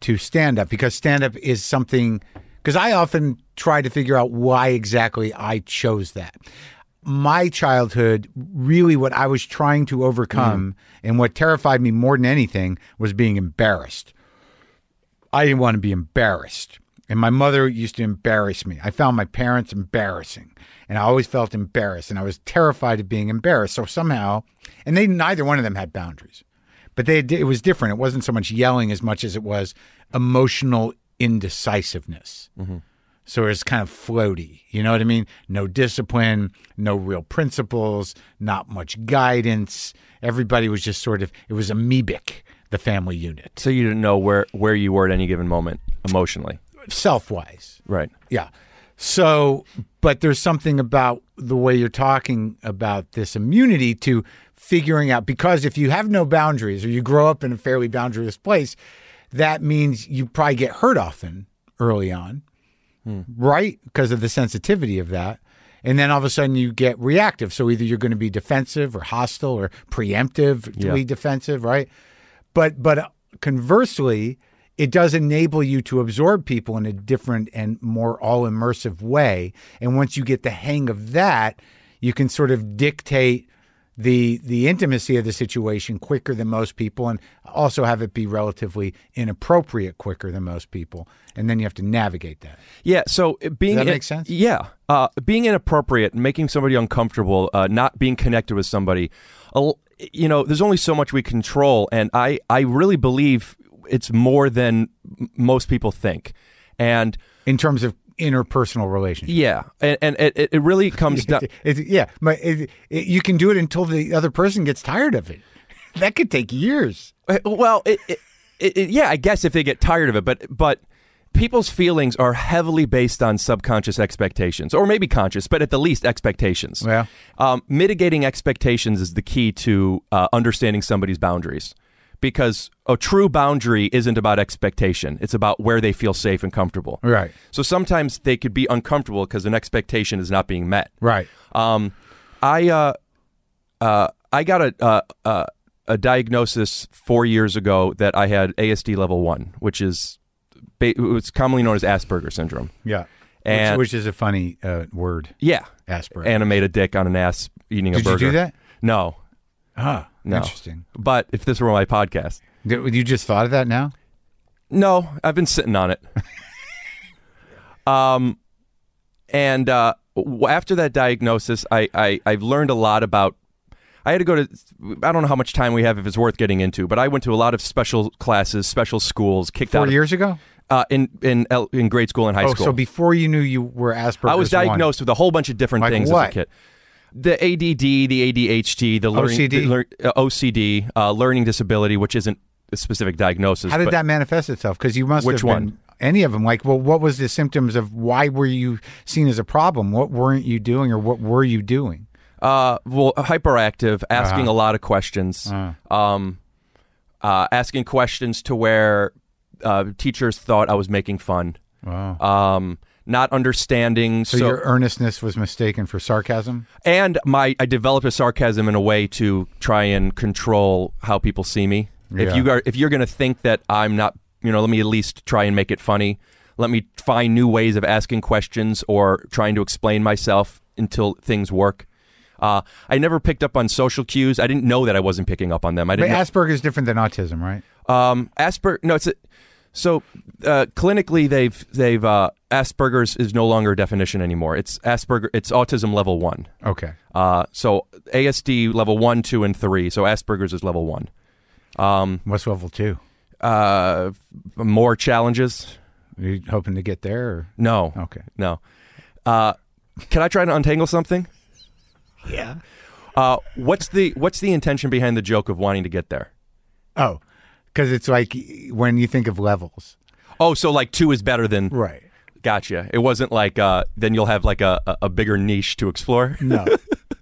to stand up because stand up is something because I often try to figure out why exactly I chose that. My childhood, really what I was trying to overcome and what terrified me more than anything was being embarrassed. I didn't want to be embarrassed. And my mother used to embarrass me. I found my parents embarrassing. And I always felt embarrassed. And I was terrified of being embarrassed. So somehow, and they neither one of them had boundaries. But they it was different. It wasn't so much yelling as much as it was emotional indecisiveness. So it's kind of floaty. You know what I mean? No discipline, no real principles, not much guidance. Everybody was just sort of it was amoebic, the family unit. So you didn't know where, where you were at any given moment emotionally. Self wise. Right. Yeah. So, but there's something about the way you're talking about this immunity to figuring out because if you have no boundaries or you grow up in a fairly boundaryless place, that means you probably get hurt often early on, right? Because of the sensitivity of that. And then all of a sudden you get reactive. So either you're going to be defensive or hostile or preemptively defensive, right? but but conversely it does enable you to absorb people in a different and more all immersive way and once you get the hang of that you can sort of dictate the the intimacy of the situation quicker than most people and also have it be relatively inappropriate quicker than most people and then you have to navigate that Yeah. So uh, being Does that in- make sense? Yeah, uh, being inappropriate, making somebody uncomfortable, uh, not being connected with somebody. a l- You know, there's only so much we control, and I I really believe it's more than m- most people think, and in terms of interpersonal relationships yeah, and, and it, it it really comes down. It's- yeah my, it, it, you can do it until the other person gets tired of it that could take years Uh, Well, it, it, it, it- yeah, I guess if they get tired of it, but but people's feelings are heavily based on subconscious expectations, or maybe conscious, but at the least expectations. Yeah. Um, mitigating expectations is the key to uh, understanding somebody's boundaries. Because a true boundary isn't about expectation. It's about where they feel safe and comfortable. Right. So sometimes they could be uncomfortable because an expectation is not being met. right Um, I uh, uh, I got a, uh, uh, a diagnosis four years ago that I had ASD level one, which is ba- it's commonly known as Asperger syndrome. Yeah. And- which, which is a funny uh, word, Yeah, Asperger. animate a dick on an ass eating Did a you burger. do that? No, Ah, no. interesting. But if this were my podcast, Did, you just thought of that now? no, I've been sitting on it. um, And uh, w- after that diagnosis, I, I I've learned a lot about. I had to go to. I don't know how much time we have if it's worth getting into, but I went to a lot of special classes, special schools, kicked Four out of- years ago? uh, in in el- in grade school and high Oh, school. so before you knew you were Asperger's. I was one. diagnosed with a whole bunch of different Like things what? as a kid. The ADD, the ADHD, the learning, OCD? the lear- uh, OCD, uh, learning disability, which isn't a specific diagnosis. How did but that manifest itself? Because you must Which have been one? any of them. Like, well, what was the symptoms of why were you seen as a problem? What weren't you doing, or what were you doing? Uh, well, hyperactive, asking a lot of questions, um, uh, asking questions to where uh, teachers thought I was making fun. Um, not understanding. So, your earnestness was mistaken for sarcasm. and my I developed a sarcasm in a way to try and control how people see me. Yeah. If you are if you're going to think that I'm not, you know, let me at least try and make it funny. Let me find new ways of asking questions or trying to explain myself until things work. Uh, I never picked up on social cues. I didn't know that I wasn't picking up on them. I But didn't. Asperger's is different than autism, right? Um, Asper. No, it's a, so uh, clinically they've they've uh, Asperger's is no longer a definition anymore. It's Asperger. It's autism level one. Okay. Uh, so ASD level one, two, and three. So Asperger's is level one. Mm. What's level two? Uh, more challenges? Are you hoping to get there? Or? No. Okay. No. Uh, can I try to untangle something? Yeah. Uh, what's the what's the intention behind the joke of wanting to get there? Oh, because it's like when you think of levels, Oh, so like two is better than right? Gotcha. It wasn't like uh, then you'll have like a, a- a bigger niche to explore. No,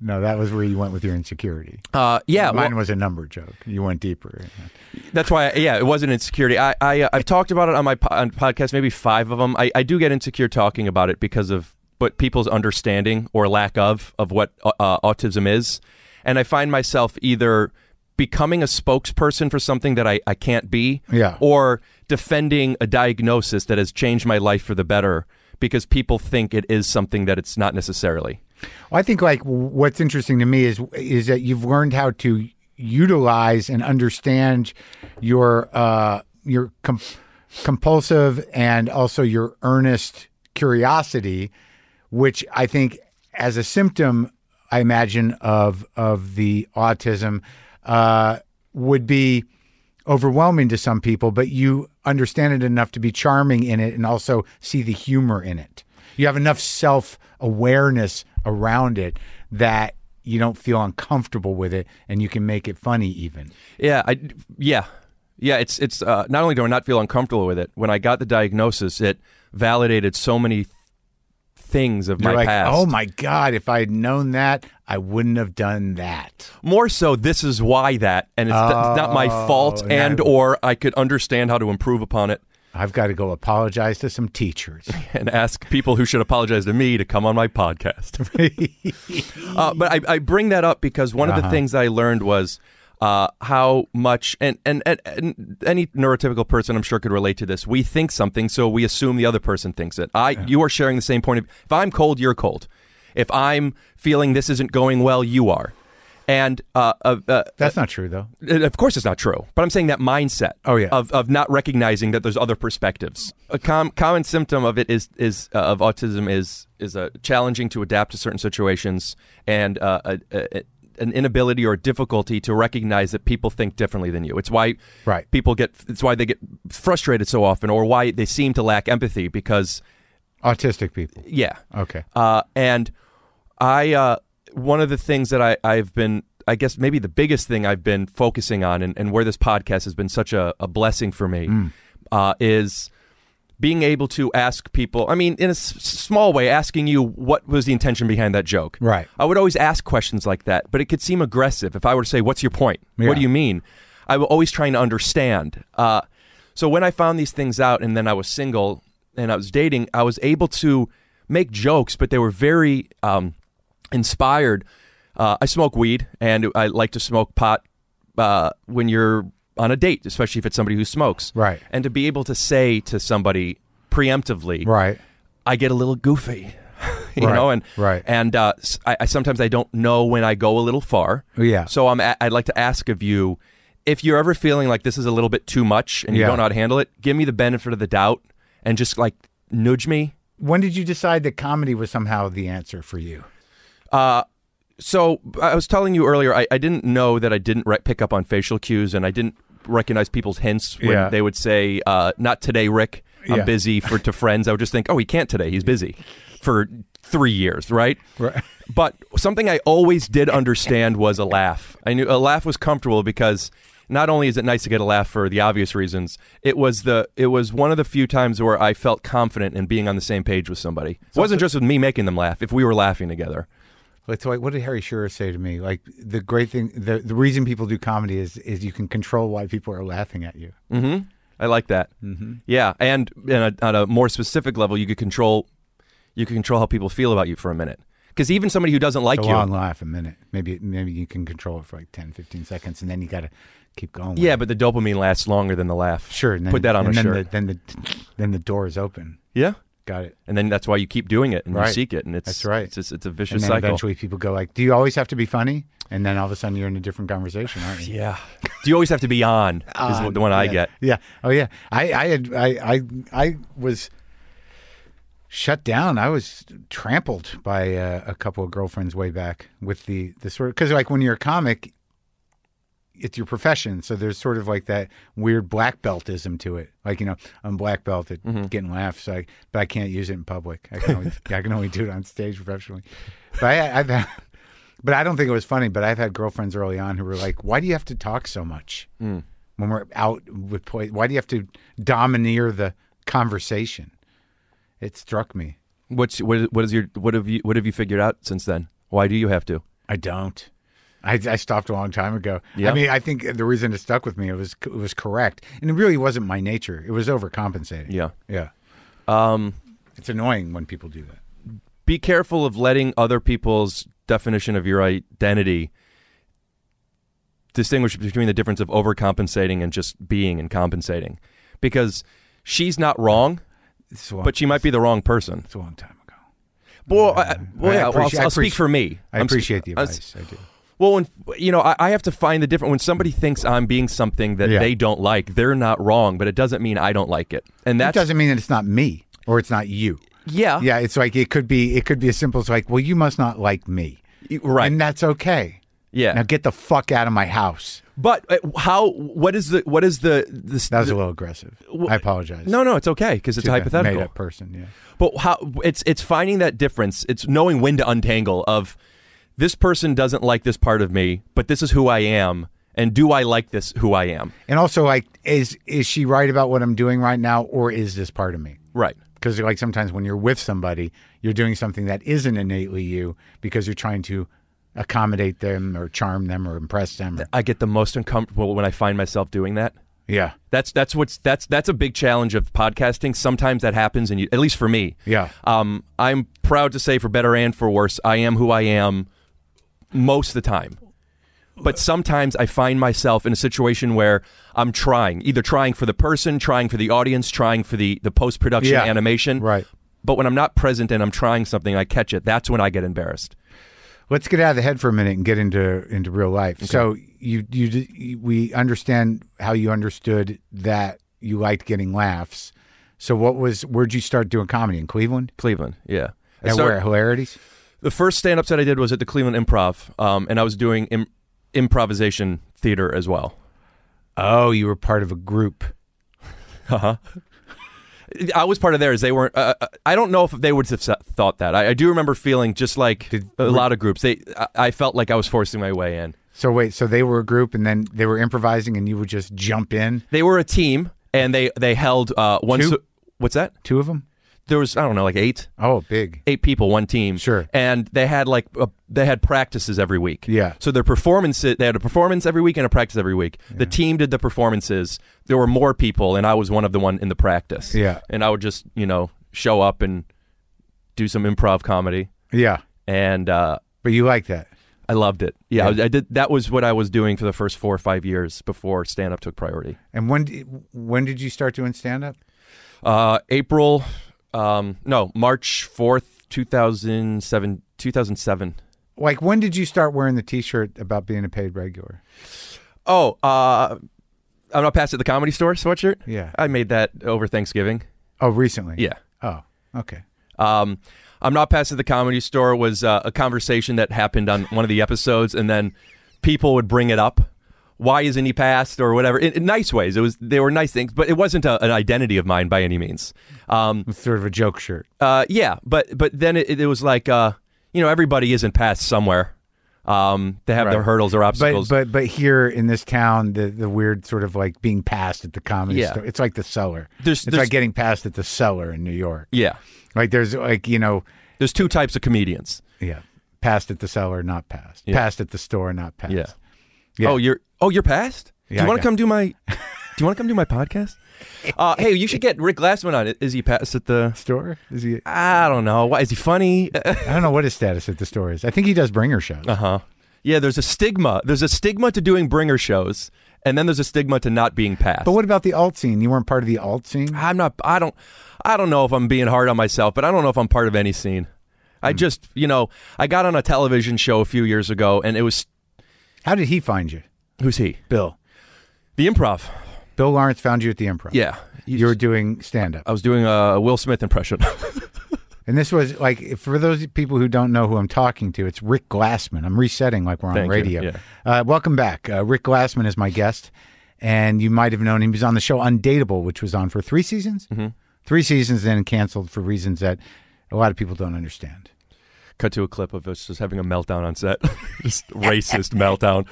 no, that was where you went with your insecurity. Uh, yeah, well, Mine was a number joke. You went deeper. that's why. yeah, it wasn't insecurity. I, I uh, I've talked about it on my po- on podcast, maybe five of them. I, I do get insecure talking about it because of but people's understanding or lack of of what uh, uh, autism is, and I find myself either becoming a spokesperson for something that I, I can't be, Yeah. or defending a diagnosis that has changed my life for the better because people think it is something that it's not necessarily. Well, I think like what's interesting to me is is that you've learned how to utilize and understand your uh, your com- compulsive and also your earnest curiosity, which I think as a symptom, I imagine of of the autism uh, would be overwhelming to some people, but you understand it enough to be charming in it and also see the humor in it. You have enough self awareness around it that you don't feel uncomfortable with it and you can make it funny even. Yeah, I yeah. Yeah, it's it's uh, not only do I not feel uncomfortable with it, when I got the diagnosis, it validated so many th- things of You're my like, past. oh my God, if I had known that, I wouldn't have done that. More so this is why that and it's, it's not my fault Oh, and that- or I could understand how to improve upon it I've got to go apologize to some teachers. and ask people who should apologize to me to come on my podcast. uh, but I, I bring that up because one of the things I learned was uh, how much, and, and, and, and any neurotypical person I'm sure could relate to this. We think something, so we assume the other person thinks it. I, you are sharing the same point of. If I'm cold, you're cold. If I'm feeling this isn't going well, you are. And uh, uh, uh, That's not true though. uh, Of course, it's not true. But I'm saying that mindset. Oh, yeah. Of, of not recognizing that there's other perspectives. A com- common symptom of it is is uh, of autism is is uh, challenging to adapt to certain situations and uh, a, a, an inability or difficulty to recognize that people think differently than you. It's why Right. people get. It's why they get frustrated so often, or why they seem to lack empathy because Autistic people. yeah. Okay. Uh, and I, uh, one of the things that I, I've been, I guess maybe the biggest thing I've been focusing on and, and where this podcast has been such a, a blessing for me uh, is being able to ask people, I mean, in a s- small way, asking you what was the intention behind that joke. Right. I would always ask questions like that, but it could seem aggressive if I were to say, What's your point? Yeah. What do you mean? I was always trying to understand. Uh, so when I found these things out and then I was single and I was dating, I was able to make jokes, but they were very um, inspired. Uh, I smoke weed and I like to smoke pot uh, when you're on a date, especially if it's somebody who smokes. Right. And to be able to say to somebody preemptively, Right. I get a little goofy, you Right, know, and right. and uh, s- I, I- sometimes I don't know when I go a little far. Yeah. So I'm. A- I'd like to ask of you, if you're ever feeling like this is a little bit too much and you Yeah. don't know how to handle it, give me the benefit of the doubt and just like nudge me when did you decide that comedy was somehow the answer for you? So I was telling you earlier, I, I didn't know that I didn't re- pick up on facial cues and I didn't recognize people's hints when Yeah. they would say, uh, "Not today, Rick. I'm Yeah. busy." For to friends, I would just think, "Oh, he can't today. He's busy." For three years, right? Right. But something I always did understand was a laugh. I knew a laugh was comfortable because not only is it nice to get a laugh for the obvious reasons, it was the it was one of the few times where I felt confident in being on the same page with somebody. It wasn't just with me making them laugh. If we were laughing together. It's like, what did Harry Shearer say to me? Like the great thing, the, the reason people do comedy is is you can control why people are laughing at you. I like that. Mm-hmm. Yeah, and, and on a more specific level, you could control you could control how people feel about you for a minute. Because even somebody who doesn't like A you, long laugh, a minute. Maybe maybe you can control it for like 10, 15 seconds, and then you got to keep going. with yeah, it. but the dopamine lasts longer than the laugh. sure. And then, put that on and a then shirt. The, then the then the door is open. yeah, Got it. and then that's why you keep doing it and you Right. seek it, and it's That's right. It's just, it's a And vicious then cycle. eventually people go like, "Do you always have to be funny?" And then all of a sudden you're in a different conversation, aren't you? yeah. Do you always have to be on? is what- the one I Yeah. get. Yeah. Oh yeah. I I had I I I was shut down. I was trampled by uh, a couple of girlfriends way back with the the sort of because like when you're a comic, it's your profession, so there's sort of like that weird black beltism to it. Like you know, I'm black belt at Mm-hmm. getting laughs, so I, but I can't use it in public. I can only, I can only do it on stage professionally. But I, I've had. But I don't think it was funny. But I've had girlfriends early on who were like, "Why do you have to talk so much Hmm. when we're out with play? Why do you have to domineer the conversation?" It struck me. What's what, what is your what have you what have you figured out since then? Why do you have to? I don't. I, I stopped a long time ago. Yeah. I mean, I think the reason it stuck with me it was it was correct, and it really wasn't my nature. It was overcompensating. Yeah. yeah. Um, it's annoying when people do that. be careful of letting other people's definition of your identity distinguish between the difference of overcompensating and just being and compensating because she's not wrong It's a long, but she might be the wrong person it's a long time ago. well, I, well, I yeah, well, I'll- appreciate- I I'll, speak appreci- for me I I'm sp- appreciate the I'll- advice. I do. well when you know I, I have to find the difference when somebody thinks i'm being something that Yeah. they don't like they're not wrong but it doesn't mean i don't like it and That that's doesn't mean that it's not me or it's not you. yeah Yeah, it's like it could be. It could be as simple as like, well, you must not like me, right and that's okay. yeah Now get the fuck out of my house. but uh, how what is the what is the this That was a little aggressive. I apologize. no no it's okay because it's hypothetical Made up person. Yeah. But how it's it's finding that difference. It's knowing when to untangle of this person doesn't like this part of me, but this is who I am, and do I like this who I am? And also, like, is is she right about what I'm doing right now, or is this part of me? Right. Because like sometimes when you're with somebody, you're doing something that isn't innately you because you're trying to accommodate them or charm them or impress them. Or, I get the most uncomfortable when I find myself doing that. yeah, That's that's what's that's that's a big challenge of podcasting. Sometimes that happens, and you, at least for me, Yeah. Um, I'm proud to say, for better and for worse, I am who I am most of the time. But sometimes I find myself in a situation where I'm trying, either trying for the person, trying for the audience, trying for the the post production Yeah. animation, Right. But when I'm not present and I'm trying something, I catch it. That's when I get embarrassed. let's get out of the head for a minute and get into into real life. So you you d- we understand how you understood that you liked getting laughs. So what was where'd you start doing comedy in Cleveland? Cleveland, yeah. I And started- where hilarities? The first stand ups that I did was at the Cleveland Improv, um, and I was doing Im- improvisation theater as well. Oh, you were part of a group. I was part of theirs. They weren't. Uh, uh, I don't know if they would have s- thought that. I, I do remember feeling just like Did- a lot of groups. They, I, I felt like I was forcing my way in. So wait, so they were a group, and then they were improvising, and you would just jump in. They were a team, and they they held uh, one. Two? su- what's that? Two of them. There was I don't know, like eight Oh, big. eight people, one team. Sure. And they had like uh, they had practices every week. Yeah. So their performance they had a performance every week and a practice every week. The team did the performances. There were more people, and I was one of the one in the practice. Yeah. And I would just you know show up and do some improv comedy, Yeah, and uh, but you like that. I loved it. Yeah, I, I did. That was what I was doing for the first four or five years before stand up took priority. And when d- when did you start doing stand up? Uh, April, um, no, March fourth, two thousand seven, two thousand seven. Like when did you start wearing the T-shirt about being a paid regular? Oh, uh, I'm not past at the comedy store sweatshirt. Yeah. I made that over Thanksgiving. Oh, recently. Yeah, Oh, okay. Um, I'm not past at the comedy store was uh, a conversation that happened on one of the episodes, and then people would bring it up. Why isn't he passed or whatever? In, in nice ways, it was they were nice things, but it wasn't a, an identity of mine by any means. Um, Sort of a joke shirt. uh, yeah, but but then it, it was like uh, you know everybody isn't passed somewhere. Um, they have their hurdles or But obstacles. but but here in this town, the the weird sort of like being passed at the comedy Yeah. store. It's like the cellar. There's- it's there's- like getting passed at the cellar in New York. yeah, Like there's like you know, there's two types of comedians. yeah, passed at the cellar, not passed. Passed at the store, not passed. Yeah. Yeah. Oh, you're oh you're passed. do Yeah, you want I to got- come do my? do you want to come do my podcast? Uh, hey, you should get Rick Glassman on. Is he passed at the? Store is he? I don't know. Why is he funny? I don't know what his status at the store is. I think he does bringer shows. Uh huh. Yeah, there's a stigma. There's a stigma to doing bringer shows, and then there's a stigma to not being passed. But what about the alt scene? You weren't part of the alt scene. I'm not. I don't. I don't know if I'm being hard on myself, but I don't know if I'm part of any scene. I Hmm. just, you know, I got on a television show a few years ago, and it was How did he find you, who's he? Bill? The Improv. Bill Lawrence found you at the improv. Yeah, you were doing stand up. I was doing a Will Smith impression. And this was like for those people who don't know who I'm talking to, it's Rick Glassman. I'm resetting like we're on Thank you, radio. yeah. Uh, welcome back, uh, Rick Glassman is my guest, and you might have known him. He was on the show Undateable, which was on for three seasons, Mm-hmm. three seasons, then canceled for reasons that a lot of people don't understand. Cut to a clip of us just having a meltdown on set, just racist meltdown.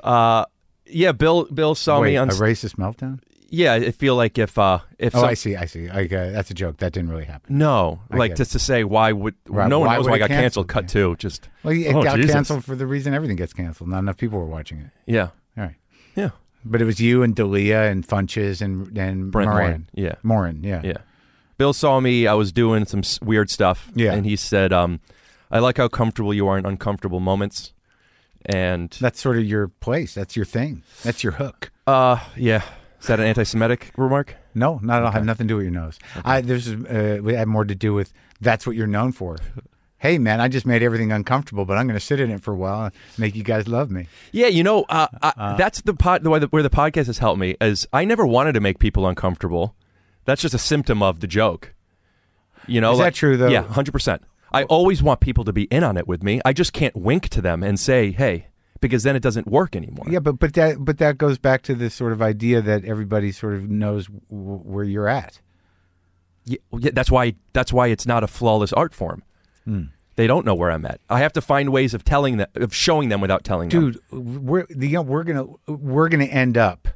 Uh, yeah, Bill. Bill saw Wait, me on. a racist meltdown? yeah, I feel like if uh, if Oh, some- I see, I see. Like, uh, that's a joke. That didn't really happen. No, like get just to say why would Right, no one why knows would why I it got cancel? canceled? Cut two, just Well, it Oh, got Jesus. canceled for the reason everything gets canceled. Not enough people were watching it. yeah, All right, yeah, but it was you and Dalia and Funches and and Brent Moran. Morin, yeah. Morin, yeah, yeah. Bill saw me. I was doing some s- weird stuff. Yeah. and he said, um, "I like how comfortable you are in uncomfortable moments." And That's sort of your place. That's your thing. That's your hook. uh, yeah, is that an anti-Semitic remark? No, not at all. Have nothing to do with your nose. I this is uh, we had more to do with that's what you're known for. Hey man, I just made everything uncomfortable, but I'm going to sit in it for a while and make you guys love me. Yeah, you know, uh, I, Uh-huh. that's the pod the way the, where the podcast has helped me is I never wanted to make people uncomfortable. That's just a symptom of the joke. You know, Is that true, though? Yeah, hundred percent. I always want people to be in on it with me. I just can't wink to them and say, "Hey," because then it doesn't work anymore. Yeah, but but that but that goes back to this sort of idea that everybody sort of knows w- where you're at. Yeah, well, yeah, that's why that's why it's not a flawless art form. Hmm. They don't know where I'm at. I have to find ways of telling them, of showing them without telling them. Dude, Um, we're the, you know, we're going to we're going to end up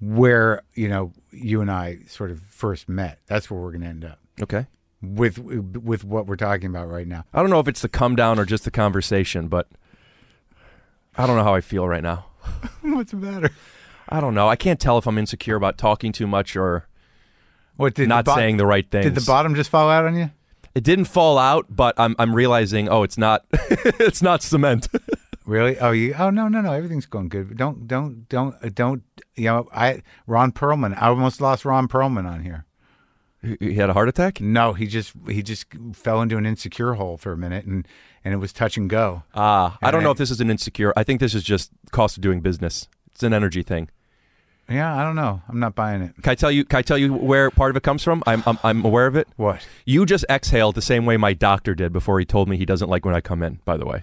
where, you know, you and I sort of first met. That's where we're going to end up Okay. with with what we're talking about right now. I don't know if it's the come down or just the conversation, but I don't know how I feel right now. What's the matter? I don't know. I can't tell if I'm insecure about talking too much or What did not the bo- saying the right things. Did the bottom just fall out on you? it didn't fall out, but I'm I'm realizing, oh, it's not it's not cement. Really? Oh, you? Oh, no, no, no. Everything's going good. Don't, don't, don't, uh, don't. You know, I Ron Perlman. I almost lost Ron Perlman on here. he he had a heart attack. No, he just he just fell into an insecure hole for a minute, and and it was touch and go. Ah, I don't know I- if this is an insecure. I think this is just cost of doing business. It's an energy thing. Yeah, I don't know. I'm not buying it. Can I tell you? Can I tell you where part of it comes from? I'm I'm, I'm aware of it. What? You just exhaled the same way my doctor did before he told me he doesn't like when I come in. By the way,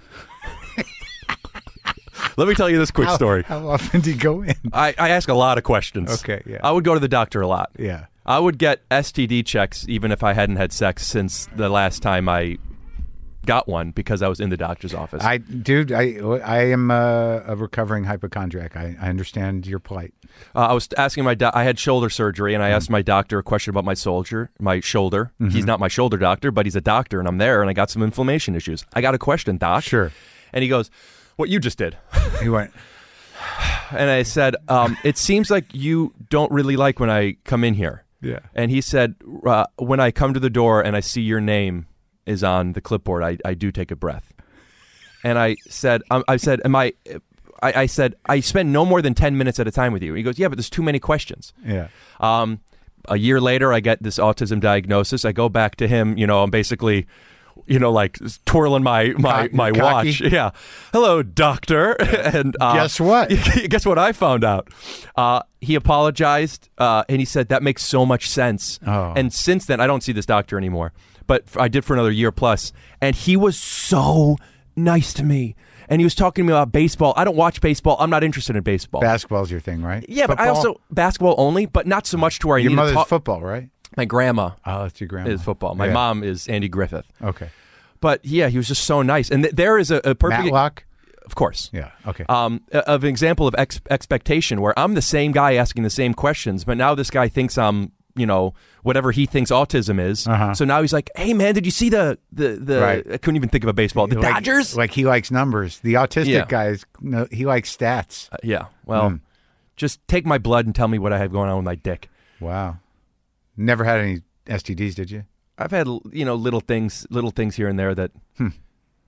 let me tell you this quick How- story. How, often do you go in? I, I ask a lot of questions. Okay, yeah. I would go to the doctor a lot. Yeah. I would get STD checks even if I hadn't had sex since the last time I got one because I was in the doctor's office. I, dude, I, I am a, a recovering hypochondriac. I, I understand your plight. Uh, I was asking my doc- I had shoulder surgery and I Mm-hmm. asked my doctor a question about my soldier, my shoulder. He's not my shoulder doctor, but he's a doctor and I'm there and I got some inflammation issues. I got a question, doc. Sure. And he goes, "What you just did." He went. and I said, um, "It seems like you don't really like when I come in here." Yeah. And he said, uh, "When I come to the door and I see your name is on the clipboard, I, I do take a breath." And I said, um, "I said, am I?" I, I said, "I spend no more than ten minutes at a time with you." He goes, "Yeah, but there's too many questions." Yeah. Um, a year later, I get this autism diagnosis. I go back to him. You know, I'm basically you know, like twirling my my Cock- my cocky. watch. Yeah. Hello, doctor. and uh, Guess what? guess what I found out? Uh, he apologized uh, and he said that makes so much sense. Oh. And since then, I don't see this doctor anymore, but f- I did for another year plus, and he was so nice to me. And he was talking to me about baseball. I don't watch baseball. I'm not interested in baseball. Basketball's your thing, right? yeah, but I Football? also basketball only, but not so much to where I your need mother's to talk. football, right? My grandma Oh, that's your grandma. is football. My Yeah. mom is Andy Griffith. Okay. But yeah, he was just so nice. And th- there is a, a perfect, Matlock. of course, Yeah. Okay. um, a- of an example of ex- expectation where I'm the same guy asking the same questions, but now this guy thinks I'm, you know, whatever he thinks autism is. So now he's like, "Hey, man, did you see the the the? Uh-huh. Right. I couldn't even think of a baseball. The Like- Dodgers. Like he likes numbers. The autistic Yeah. guy is no, he likes stats. Uh, yeah. Well, hmm. just take my blood and tell me what I have going on with my dick. Wow. Never had any STDs, did you? I've had l- you know little things, little things here and there that, Hmm.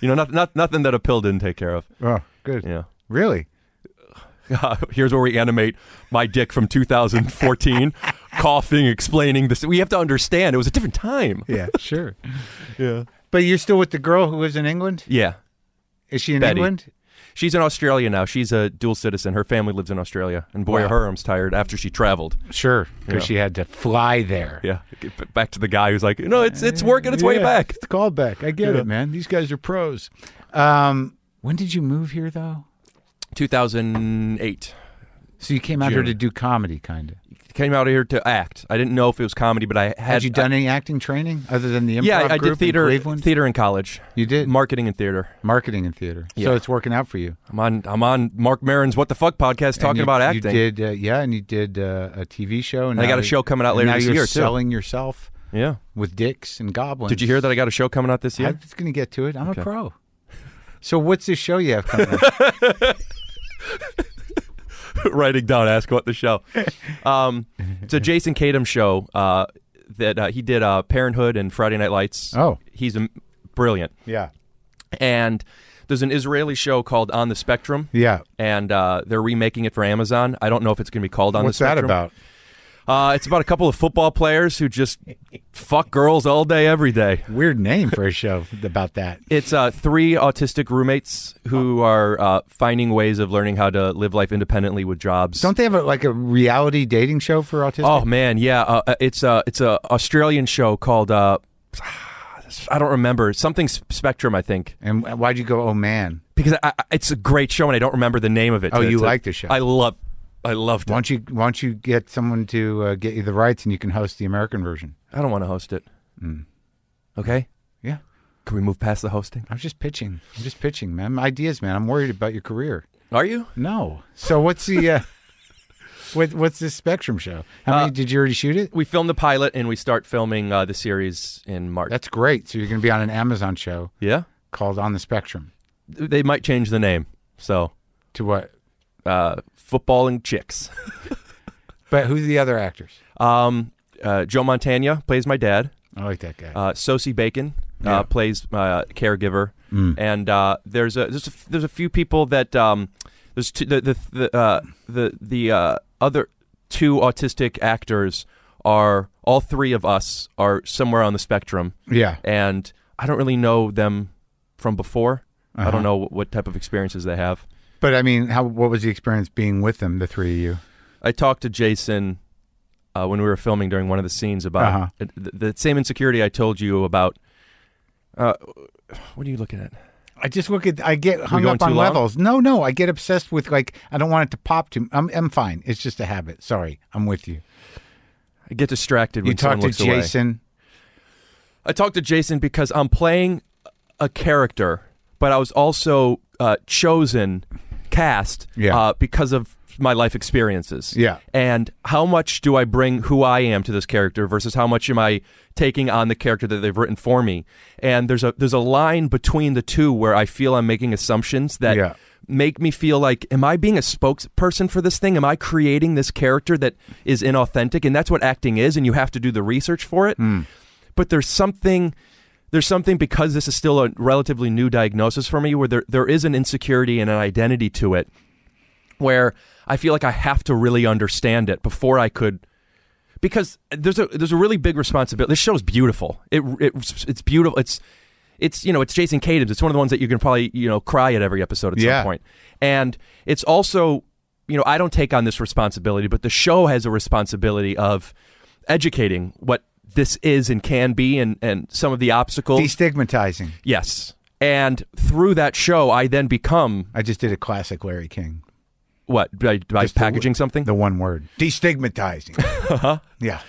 you know, not, not nothing that a pill didn't take care of. Oh, good. Yeah. Really? here's where we animate my dick from 2014 coughing explaining this we have to understand it was a different time Yeah. Sure. yeah. But you're still with the girl who lives in England? yeah Is she in Betty. England? she's in australia now she's a dual citizen her family lives in australia and boy Wow. are her arms tired after she traveled Sure. Yeah. Because she had to fly there. yeah Get b- back to the guy who's like no it's it's working its way Yeah, back It's the callback. I get Yeah. it, man. These guys are pros. Um, when did you move here, though? 2008 So you came out here June. to do comedy, kind of. came out here to act i didn't know if it was comedy but i had, Had you done any acting training other than the improv yeah, I, I group did theater, in Cleveland? theater in college. You did? marketing and theater. Marketing and theater. Yeah. So it's working out for you. I'm on. I'm on Mark Maron's What the Fuck podcast And talking you- about acting. You did, uh, yeah, and you did uh, a TV show, and And I now got a you- show coming out and later now this you're year, too. selling yourself Yeah. with dicks and goblins. Did you hear that I got a show coming out this year? I'm just gonna get to it. I'm a pro. So what's this show you have coming? up? writing down, ask what the show. Um, it's a Jason Kadam show uh, that uh, he did uh, Parenthood and Friday Night Lights. Oh. he's a, brilliant. yeah, And there's an Israeli show called On the Spectrum. yeah. And uh, they're remaking it for Amazon. I don't know if it's going to be called on what's the that spectrum. about? about? Uh, it's about a couple of football players who just fuck girls all day, every day. Weird name for a show about that. It's uh, three autistic roommates who are uh, finding ways of learning how to live life independently with jobs. Don't they have a, like a reality dating show for autistic? Oh man, yeah, uh, uh, it's a it's a Australian show called uh, I don't remember something S- Spectrum, I think, And why'd you go? Oh man, because I, I- it's a great show and I don't remember the name of it. Oh, to- you to- like the show. I love, I loved why it. don't you why don't you get someone to uh, get you the rights and you can host the American version? I don't want to host it. Mm. Okay, Yeah, can we move past the hosting? I'm just pitching. I'm just pitching, man. Ideas, man. I'm worried about your career. Are you? No. So what's the uh, what, what's this Spectrum show? How many did you already shoot it? We filmed the pilot and we start filming uh, the series in March. That's great. So you're going to be on an Amazon show yeah, called On the Spectrum. they might change the name. So, To what? uh, footballing chicks. But who's the other actors? Um, uh, Joe Montana plays my dad. I like that guy. Uh, Sosie Bacon uh, Yeah. plays uh, caregiver, Mm. eh, and uh, there's a there's a, f- there's a few people that um, there's two, the the the uh, the, the uh, other two autistic actors are all three of us are somewhere on the spectrum, yeah. and I don't really know them from before. I Uh-huh. don't know what type of experiences they have. But I mean, how what was the experience being with them, the three of you? I talked to Jason uh, when we were filming during one of the scenes Uh-huh. about th the, same insecurity I told you about. Uh, what are you looking at? I just look at I get hung going up on too long? levels. No, no, I get obsessed with like I don't want it to pop to. I'm I'm fine. It's just a habit. Sorry, I'm with you. I get distracted when You talk someone to looks away. Jason. I talked to Jason because I'm playing a character, but I was also uh, chosen, cast, Yeah. uh, because of my life experiences. Yeah. And how much do I bring who I am to this character versus how much am I taking on the character that they've written for me? And there's a there's a line between the two where I feel I'm making assumptions that Yeah. make me feel like am I being a spokesperson for this thing? Am I creating this character that is inauthentic? And that's what acting is and you have to do the research for it. But there's something there's something because this is still a relatively new diagnosis for me where there, there is an insecurity and an identity to it where I feel like I have to really understand it before I could because there's a there's a really big responsibility. This show's beautiful. It, it it's beautiful. It's it's you know it's Jason Kadams. It's one of the ones that you can probably you know cry at every episode at Yeah. some point. And it's also you know I don't take on this responsibility, but the show has a responsibility of educating what this is and can be, and and some of the obstacles. Destigmatizing. yes. And through that show, I then become I just did a classic Larry King. what by, by Just the- packaging something. The one word. Destigmatizing. Uh-huh. Yeah.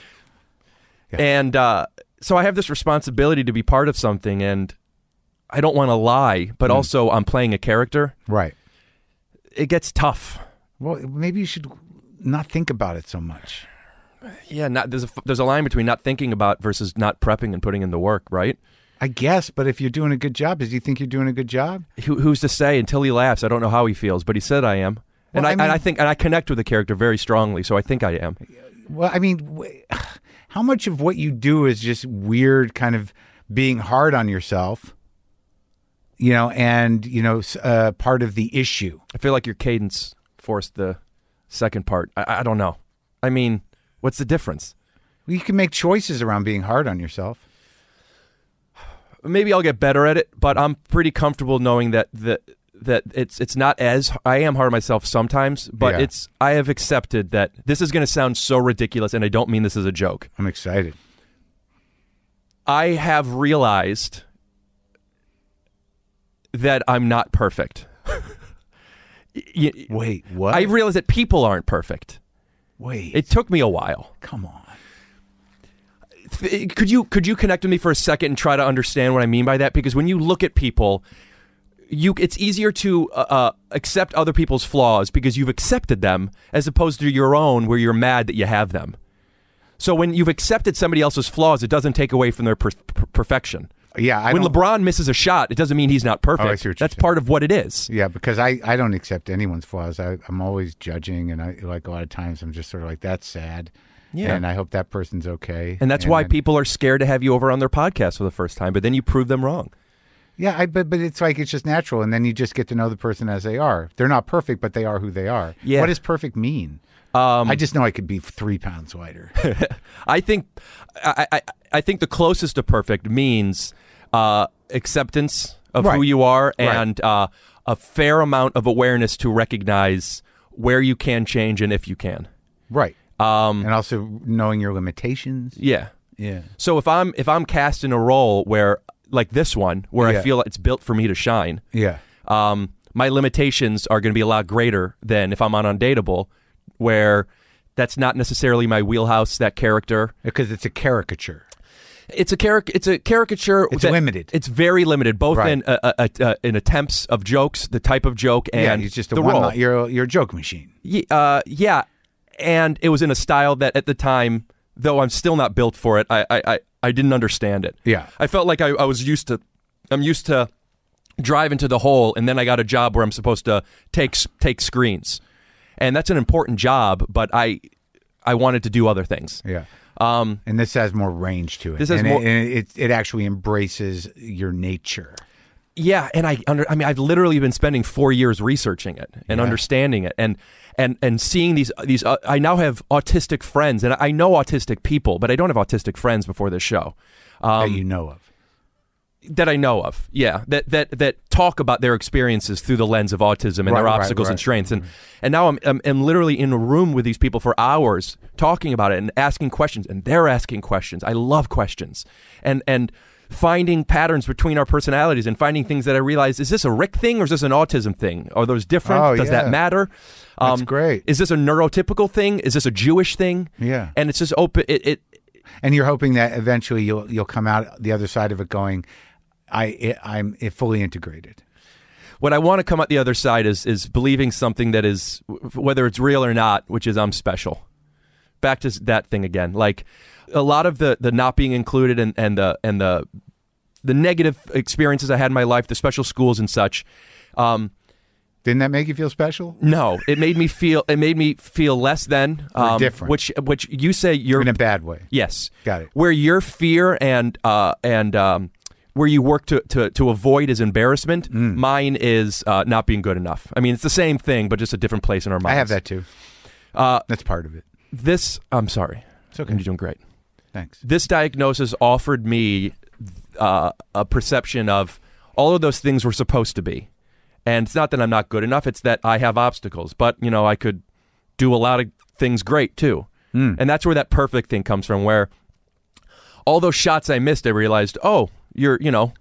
And uh, so I have this responsibility to be part of something, and I don't want to lie, but Hmm. also I'm playing a character. Right. It gets tough. Well, maybe you should not think about it so much. Yeah, not, there's a there's a line between not thinking about versus not prepping and putting in the work, right? I guess, but if you're doing a good job, does he think you're doing a good job? Who, who's to say? Until he laughs, I don't know how he feels, but he said I am, and Well, I, I and I mean- think and I connect with the character very strongly, so I think I am. Well, I mean, w- how much of what you do is just weird, kind of being hard on yourself, you know, and, you know, s- uh, part of the issue? I feel like your cadence forced the second part. I, I don't know. I mean, what's the difference? You can make choices around being hard on yourself. maybe I'll get better at it, but I'm pretty comfortable knowing that the that it's it's not as I am hard on myself sometimes, but Yeah. it's I have accepted that this is going to sound so ridiculous, and I don't mean this as a joke. I'm excited. I have realized that I'm not perfect. Y- y- Wait, what? I realized that people aren't perfect. Wait, It took me a while. come on. th- could you could you connect with me for a second and try to understand what I mean by that? Because when you look at people, you it's easier to uh, uh, accept other people's flaws because you've accepted them, as opposed to your own, where you're mad that you have them. So when you've accepted somebody else's flaws, it doesn't take away from their per- per- perfection. Yeah, I when don't- LeBron misses a shot, it doesn't mean he's not perfect. Oh, I see what you're That's saying. part of what it is. Yeah, because I, I don't accept anyone's flaws. I, I'm always judging, and I like a lot of times I'm just sort of like that's sad. Yeah. and I hope that person's okay. And that's why I- people are scared to have you over on their podcast for the first time, but then you prove them wrong. Yeah, I, but but it's like it's just natural, and then you just get to know the person as they are. They're not perfect, but they are who they are. Yeah. What does perfect mean? Um, I just know I could be three pounds lighter. I think I, I, I think the closest to perfect means uh, acceptance of who Right. you are and uh, a fair amount of awareness to recognize where you can change and if you can. right. Um, and also knowing your limitations. Yeah. Yeah. So if I'm if I'm cast in a role where like this one where I Yeah. feel it's built for me to shine, Yeah. um, my limitations are going to be a lot greater than if I'm on Undateable, where that's not necessarily my wheelhouse. That character. Because it's a caricature. It's a caric- It's a caricature. It's that- limited. It's very limited, both Right. in uh, uh, uh, in attempts of jokes, the type of joke, and yeah, it's just a the one. role. Li- you're you're a joke machine. Ye- uh, yeah, and it was in a style that at the time, though I'm still not built for it, I I, I, I didn't understand it. Yeah. I felt like I, I was used to. I'm used to drive into the hole, and then I got a job where I'm supposed to take s- take screens, and that's an important job, but I I wanted to do other things. Yeah. Um, And this has more range to it. This has and more- It, and it, it actually embraces your nature. Yeah, and I under, I mean I've literally been spending 4 years researching it and understanding it and and and seeing these these uh, I now have autistic friends and I know autistic people, but I don't have autistic friends before this show Um, that you know of. that I know of. Yeah, that that that talk about their experiences through the lens of autism and Right, their right, obstacles and right. Mm-hmm. strengths and and now I'm, I'm I'm literally in a room with these people for hours talking about it and asking questions and they're asking questions. I love questions. And and finding patterns between our personalities and finding things that I realize is this a Rick thing or is this an autism thing? Are those different? Oh, Does that yeah. matter? Um, That's great. Is this a neurotypical thing? Is this a Jewish thing? Yeah. And it's just open it, it And you're hoping that eventually you'll you'll come out the other side of it going, I I- I'm fully integrated. what I want to come out the other side is is believing something that is w- whether it's real or not, which is I'm special. Back to s- that thing again. Like a lot of the the not being included and and the and the the negative experiences I had in my life, the special schools and such. Um, Didn't that make you feel special? no, it made me feel it made me feel less than um, different. Which which you say you're In a bad way. Yes, Got it. Where your fear and uh, and um, where you work to, to to avoid is embarrassment. Mine is uh, not being good enough. I mean, it's the same thing, but just a different place in our minds. I have that too. Uh, That's part of it. This, I'm sorry. It's okay. and you're doing great. Thanks. This diagnosis offered me uh, a perception of all of those things were supposed to be. And it's not that I'm not good enough, it's that I have obstacles. But, you know, I could do a lot of things great too. Hmm. And that's where that perfect thing comes from, where all those shots I missed, I realized, oh, you're, you know,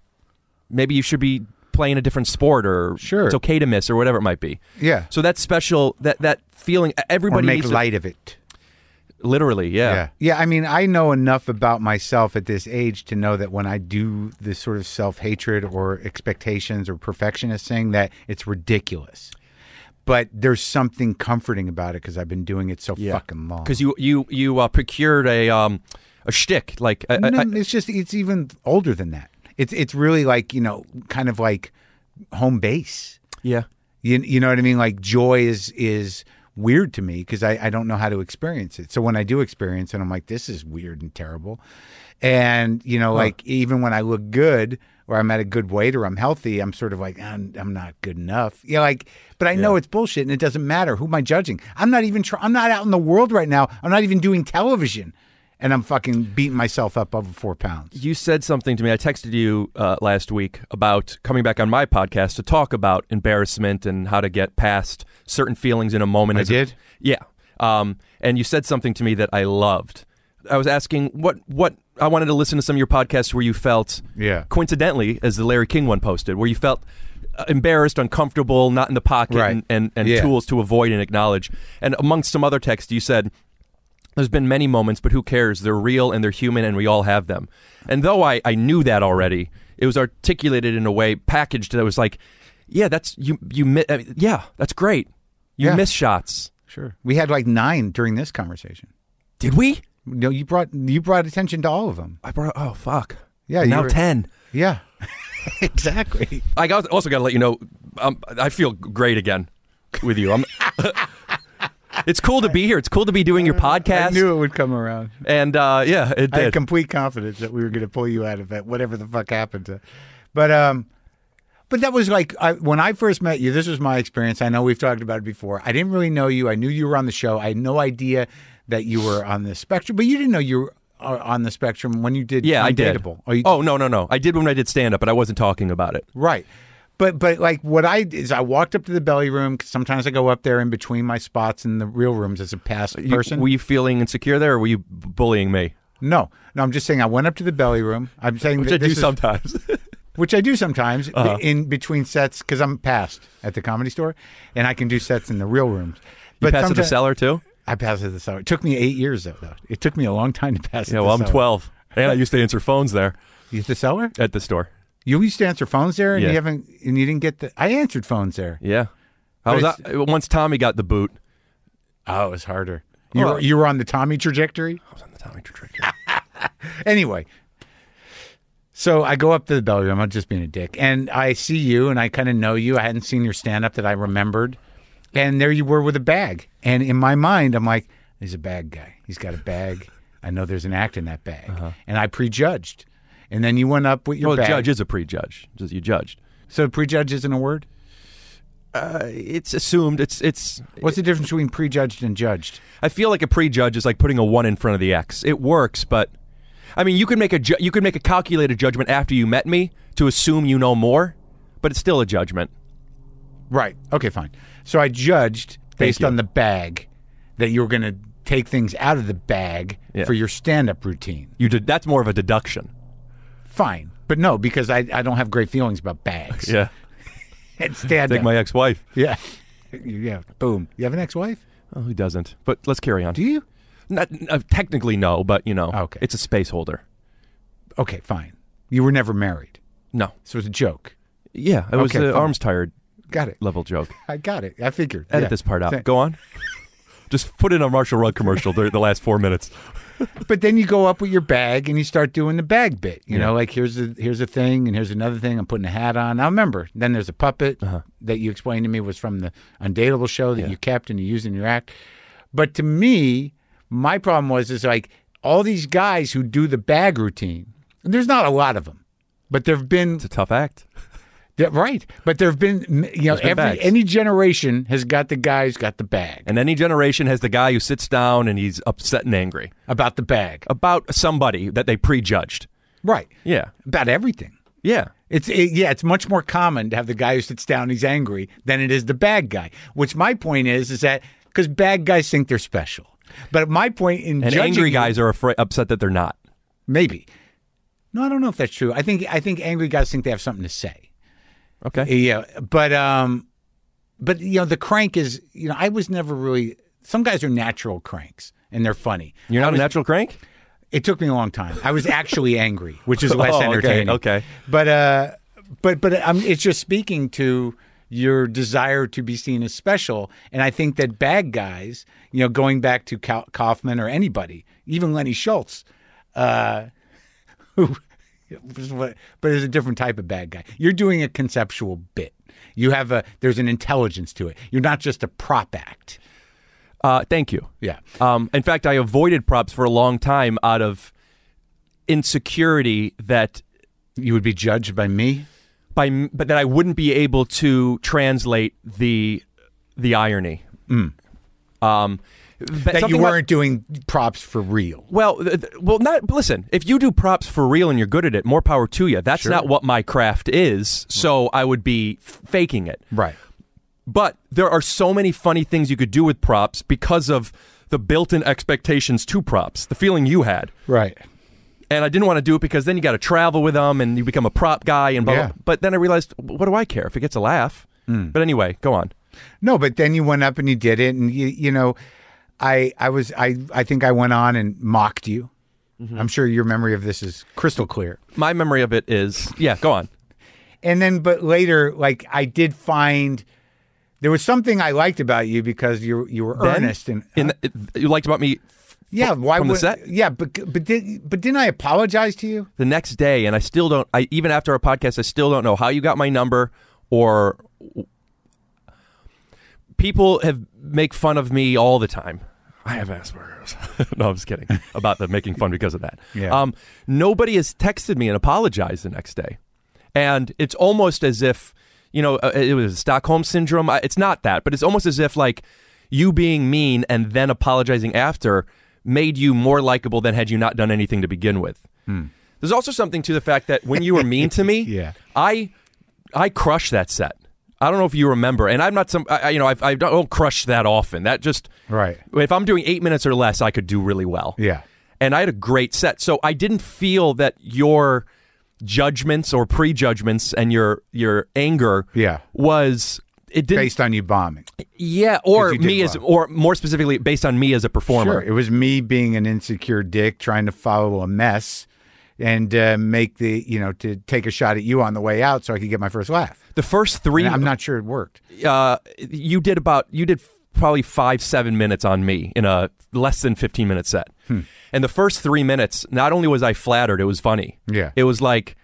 maybe you should be playing a different sport or Sure. it's okay to miss or whatever it might be. Yeah. So that special, that, that feeling, e-, Or everybody make needs to- light of it. literally, Yeah. Yeah. I mean, I know enough about myself at this age to know that when I do this sort of self hatred or expectations or perfectionist thing, that it's ridiculous. But there's something comforting about it because I've been doing it so fucking long. because you you you uh, procured a um a shtick like a, a- No, a- it's just it's even older than that. It's it's really like you know, kind of like home base. yeah You, you know what I mean? Like joy is is weird to me because I, I don't know how to experience it. So when I do experience it, I'm like, this is weird and terrible. And you know, like even when I look good or I'm at a good weight or I'm healthy, I'm sort of like, I'm, I'm not good enough. Yeah, like, but I know it's bullshit and it doesn't matter. Who am I judging? I'm not even. Try- I'm not out in the world right now. I'm not even doing television, and I'm fucking beating myself up over four pounds. you said something to me i texted you uh, last week about coming back on my podcast to talk about embarrassment and how to get past certain feelings in a moment I as a- did? yeah um and you said something to me that i loved i was asking what what i wanted to listen to some of your podcasts where you felt Yeah. coincidentally as the larry king one posted where you felt uh, embarrassed uncomfortable not in the pocket Right. and, and, and Yeah. tools to avoid and acknowledge and amongst some other text you said There's been many moments, but who cares? They're real and they're human and we all have them. And though I, I knew that already, it was articulated in a way, packaged that was like, yeah, that's you, you, mi- I mean, yeah, that's great. You Yeah. miss shots. Sure. We had like nine during this conversation. Did we? No, you brought you brought attention to all of them. I brought, oh, fuck. Yeah, you Now were- 10. Yeah, exactly. I got- also got to let you know, um, I feel great again with you. I'm, it's cool to be here. It's cool to be doing your podcast. I knew it would come around. And uh, yeah, it I had did. complete confidence that we were going to pull you out of that, whatever the fuck happened to. But um, but that was like I, when I first met you. This was my experience. I know we've talked about it before. I didn't really know you. I knew you were on the show. I had no idea that you were on the spectrum, but you didn't know you were uh, on the spectrum when you did. yeah, I did. Undateable. Oh, you, oh, no, no, no. I did when I did stand up, but I wasn't talking about it. Right. But but like what I did is I walked up to the belly room. 'cause sometimes I go up there in between my spots in the real rooms as a past You- person. were you feeling insecure there, or were you b- bullying me? no, no, I'm just saying I went up to the belly room. I'm saying Which that I do Uh-huh. this is- sometimes. which I do sometimes in between sets because I'm past at the comedy store, and I can do sets in the real rooms. you pass to the someti- cellar too. I pass at the cellar. It took me eight years though. though. It took me a long time to pass. Yeah, at well, the I'm cellar. 12, and I used to answer phones there You at the cellar? at the store. You used to answer phones there, and Yeah. you haven't, and you didn't get the. I answered phones there. Yeah, I But was out, once Tommy got the boot. Oh, it was harder. You Well- were, you were on the Tommy trajectory. I was on the Tommy trajectory. Anyway, so I go up to the belly room. I'm just being a dick, and I see you, and I kind of know you. I hadn't seen your stand up that I remembered, and there you were with a bag. And in my mind, I'm like, "He's a bag guy. He's got a bag. I know there's an act in that bag." And I prejudged. And then you went up with your Uh-huh. bag. well, judge is a prejudge. Just you judged. So prejudge isn't a word. Uh, It's assumed. It's it's. What's the difference between prejudged and judged? I feel like a prejudge is like putting a one in front of the X. It works, but I mean, you could make a ju- you could make a calculated judgment after you met me to assume you know more, but it's still a judgment. Right. Okay, fine. So I judged based you. on the bag that you were going to take things out of the bag Yeah. for your stand up routine. You did. That's more of a deduction. Fine. But no, because I, I don't have great feelings about bags. Yeah. And stand Like up. my ex-wife. yeah. yeah. Boom. You have an ex wife? Oh, who doesn't? But let's carry on. Do you? Not uh, technically, no, but you know, Okay. it's a space holder. Okay, fine. You were never married. No, So it's a joke. yeah, it was Okay, the fine. arms tired Got it. level joke. I got it. I figured. Edit Yeah. this part out. Th- Go on. Just put in a Marshall Rugg commercial during the last four minutes. But then you go up with your bag and you start doing the bag bit. You know, like here's a here's a thing and here's another thing. I'm putting a hat on. I remember. Then there's a puppet Uh-huh. that you explained to me was from the Undateable show that you kept and you used in your act. But to me, my problem was is like all these guys who do the bag routine. And there's not a lot of them, but there've been It's a tough act. Yeah, right. But there have been, you know, been every bags. any generation has got the guy who's got the bag And any generation has the guy who sits down and he's upset and angry about the bag, about somebody that they prejudged. right? Yeah. About everything. Yeah. It's it, yeah, it's much more common to have the guy who sits down, he's angry, than it is the bad guy. Which my point is, is that because bad guys think they're special. But my point in And judging angry you- guys are afraid, upset that they're not. maybe. No, I don't know if that's true. I think I think angry guys think they have something to say. Okay. Yeah, but um, but you know the crank is you know I was never really. Some guys are natural cranks and they're funny. You're not a natural crank? It took me a long time. I was actually angry, which is less Oh, okay, entertaining. okay. but uh, but but um, it's just speaking to your desire to be seen as special, and I think that bad guys, you know, going back to Kau- Kaufman or anybody, even Lenny Schultz, uh, who, but there's a different type of bad guy. You're doing a conceptual bit. You have a there's an intelligence to it. You're not just a prop act. Uh, thank you. Yeah. Um, in fact, I avoided props for a long time out of insecurity that You would be judged by me. by but that I wouldn't be able to translate the the irony. Um, Mm. but That you something about- weren't doing props for real. well, th- th- well, not listen. If you do props for real and you're good at it, more power to you. That's not what my craft is, Mm. so I would be f- faking it. Right. But there are so many funny things you could do with props because of the built-in expectations to props, the feeling you had. Right. and I didn't want to do it because then you got to travel with them and you become a prop guy and blah, blah, Yeah. Hmm. blah. But then I realized, what do I care if it gets a laugh? But anyway, go on. No, but then you went up and you did it, and you you know, I I was I I think I went on and mocked you. Mm-hmm. I'm sure your memory of this is crystal clear. My memory of it is, yeah, go on. And then, but later, like I did find there was something I liked about you because you you were Ben, earnest and uh, in the, it- you liked about me f- yeah. Why from the would set? yeah? But but did but didn't I apologize to you? the next day, and I still don't. I even after our podcast, I still don't know how you got my number or people have make fun of me all the time. I have Asperger's. no, I'm just kidding about the making fun because of that. Yeah. Um, nobody has texted me and apologized the next day, and it's almost as if you know uh, it was Stockholm syndrome. I, it's not that, but it's almost as if like you being mean and then apologizing after made you more likable than had you not done anything to begin with. There's also something to the fact that when you were mean to me, Yeah. I I crushed that set. I don't know if you remember, and I'm not some. I, I- you know, I, I don't crush that often. That just Right. If I'm doing eight minutes or less, I could do really well. Yeah. And I had a great set, so I didn't feel that your judgments or prejudgments and your your anger, Yeah. was it didn't, Based on you bombing, yeah, or 'Cause you did me as, well. or more specifically, based on me as a performer. sure. It was me being an insecure dick trying to follow a mess and uh, make the you know to take a shot at you on the way out so I could get my first laugh. The first three, And I'm not sure it worked. uh, you did about you did probably five seven minutes on me in a less than 15 minute set Hmm. and the first three minutes not only was i flattered it was funny Yeah. it was like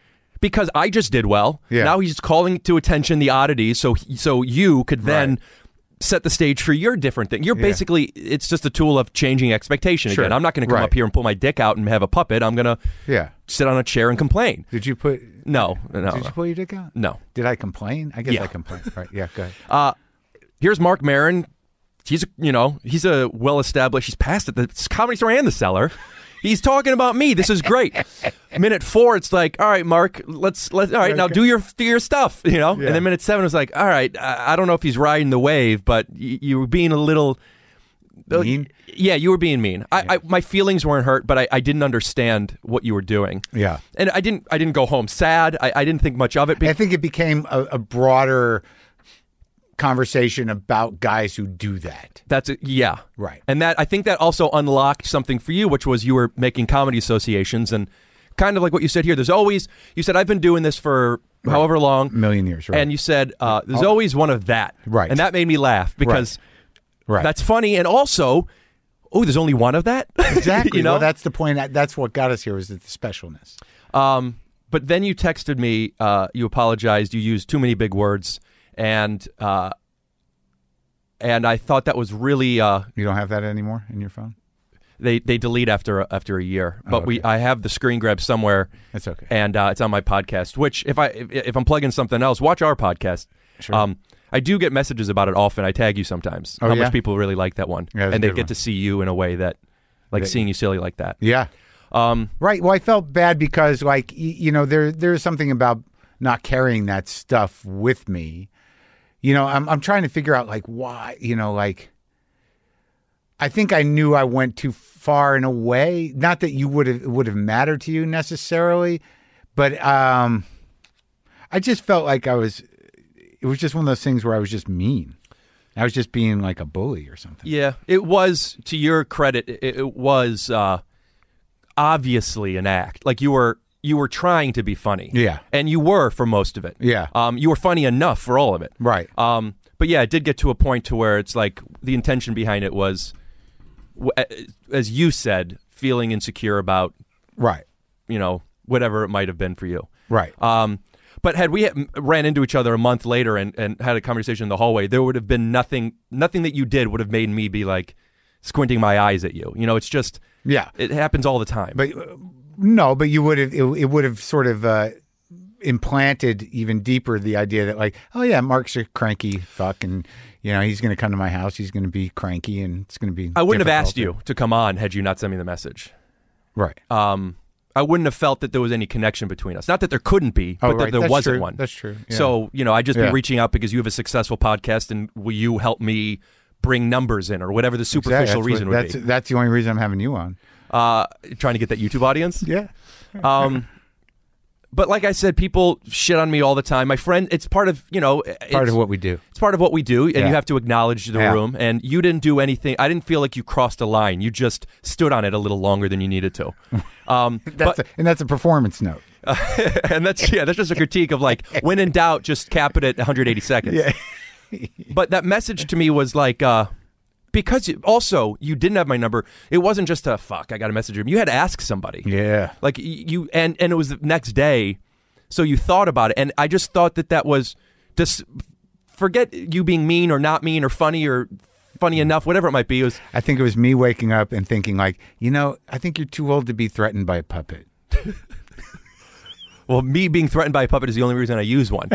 because i just did well Yeah. now he's calling to attention the oddities so he- so you could then set the stage for your different thing you're basically it's just a tool of changing expectation Sure. again i'm not going to come Right. up here and pull my dick out and have a puppet i'm going to Yeah. sit on a chair and complain Did you put? no no, Did you no. pull your dick out? No. Did I complain? I guess Yeah. I complained. All right. Yeah. Go ahead. here's Mark Marin. He's a- you know he's a well established. He's passed at the comedy store and the cellar. He's talking about me. This is great. minute four, it's like, all right, Mark, let's let all right now do your do your stuff, you know. And then minute seven was like, all right, I, I don't know if he's riding the wave, but y- you were being a little Uh, Mean? Yeah, you were being mean. I, I my feelings weren't hurt, but I, I didn't understand what you were doing. Yeah. and I didn't I didn't go home sad. I, I didn't think much of it. I Because, think it became a, a broader conversation about guys who do that. That's it. Yeah. Right. And that I think that also unlocked something for you, which was you were making comedy associations and kind of like what you said here. There's always you said I've been doing this for however long, Million years, Mm-hmm. right? Oh. and you said uh, there's always one of that, Right. And that made me laugh because right. that's funny, and also, oh, there's only one of that, exactly. you know. Well, that's the point. That- That's what got us here was the specialness. um, but then you texted me, uh, you apologized, you used too many big words, and uh, and I thought that was really uh, You don't have that anymore in your phone. They they delete after after a year. But we I have the screen grab somewhere. Oh, That's okay. And uh, it's on my podcast. Which if I if, if I'm plugging something else, watch our podcast. Sure. Um, I do get messages about it often. I tag you sometimes. how Oh, yeah? much people really like that one, Yeah, that's a and they good get one. to see you in a way that, like seeing you silly like that. Yeah. Um, right. Well, I felt bad because, like, y- you know, there there's something about not carrying that stuff with me. You know, I'm I'm trying to figure out like why. You know, like I think I knew I went too far in a way. Not that you would have would have mattered to you necessarily, but um, I just felt like I was. It was just one of those things where I was just mean. I was just being like a bully or something. Yeah, it was. To your credit, it, it was uh, obviously an act. Like you were, you were trying to be funny. Yeah. and you were for most of it. Yeah. um, you were funny enough for all of it. Right. Um, but yeah, it did get to a point to where it's like the intention behind it was, w- a- as you said, feeling insecure about Right. you know whatever it might have been for you. Right. Um, but had we m- ran into each other a month later and, and had a conversation in the hallway, there would have been nothing. Nothing that you did would have made me be like squinting my eyes at you. You know, it's just yeah. it happens all the time. But uh, no, but you would have it, it would have sort of uh, implanted even deeper the idea that like, oh yeah, Mark's a cranky fuck, and you know he's going to come to my house, he's going to be cranky, and it's going to be. I wouldn't have difficult. asked you to come on had you not sent me the message. right? Um, I wouldn't have felt that there was any connection between us. Not that there couldn't be, Oh, but right. that there That's wasn't true. one. That's true. Yeah. So you know, I'd just Yeah. be reaching out because you have a successful podcast, and will you help me bring numbers in or whatever the Yeah, superficial that's reason what, would that's be? that's the only reason I'm having you on. Uh, trying to get that YouTube audience. Yeah, Um, but like I said, people shit on me all the time. My friend, it's part of you know, uh, it's part of what we do. it's part of what we do, and Yeah. you have to acknowledge the Yeah. room. And you didn't do anything. I didn't feel like you crossed a line. You just stood on it a little longer than you needed to. Um, That's but, a, and that's a performance note. and that's yeah, that's just a critique of like when in doubt, just cap it at 180 seconds. Yeah. but that message to me was like. Uh, because you, also you didn't have my number. It wasn't just a fuck. I got a message him. You had to ask somebody. Yeah, Like y- you and and it was the next day, so you thought about it, and I just thought that that was just forget you being mean or not mean or funny or funny enough, whatever it might be. It was I think it was me waking up and thinking like, you know, I think you're too old to be threatened by a puppet. well, me being threatened by a puppet is the only reason I use one.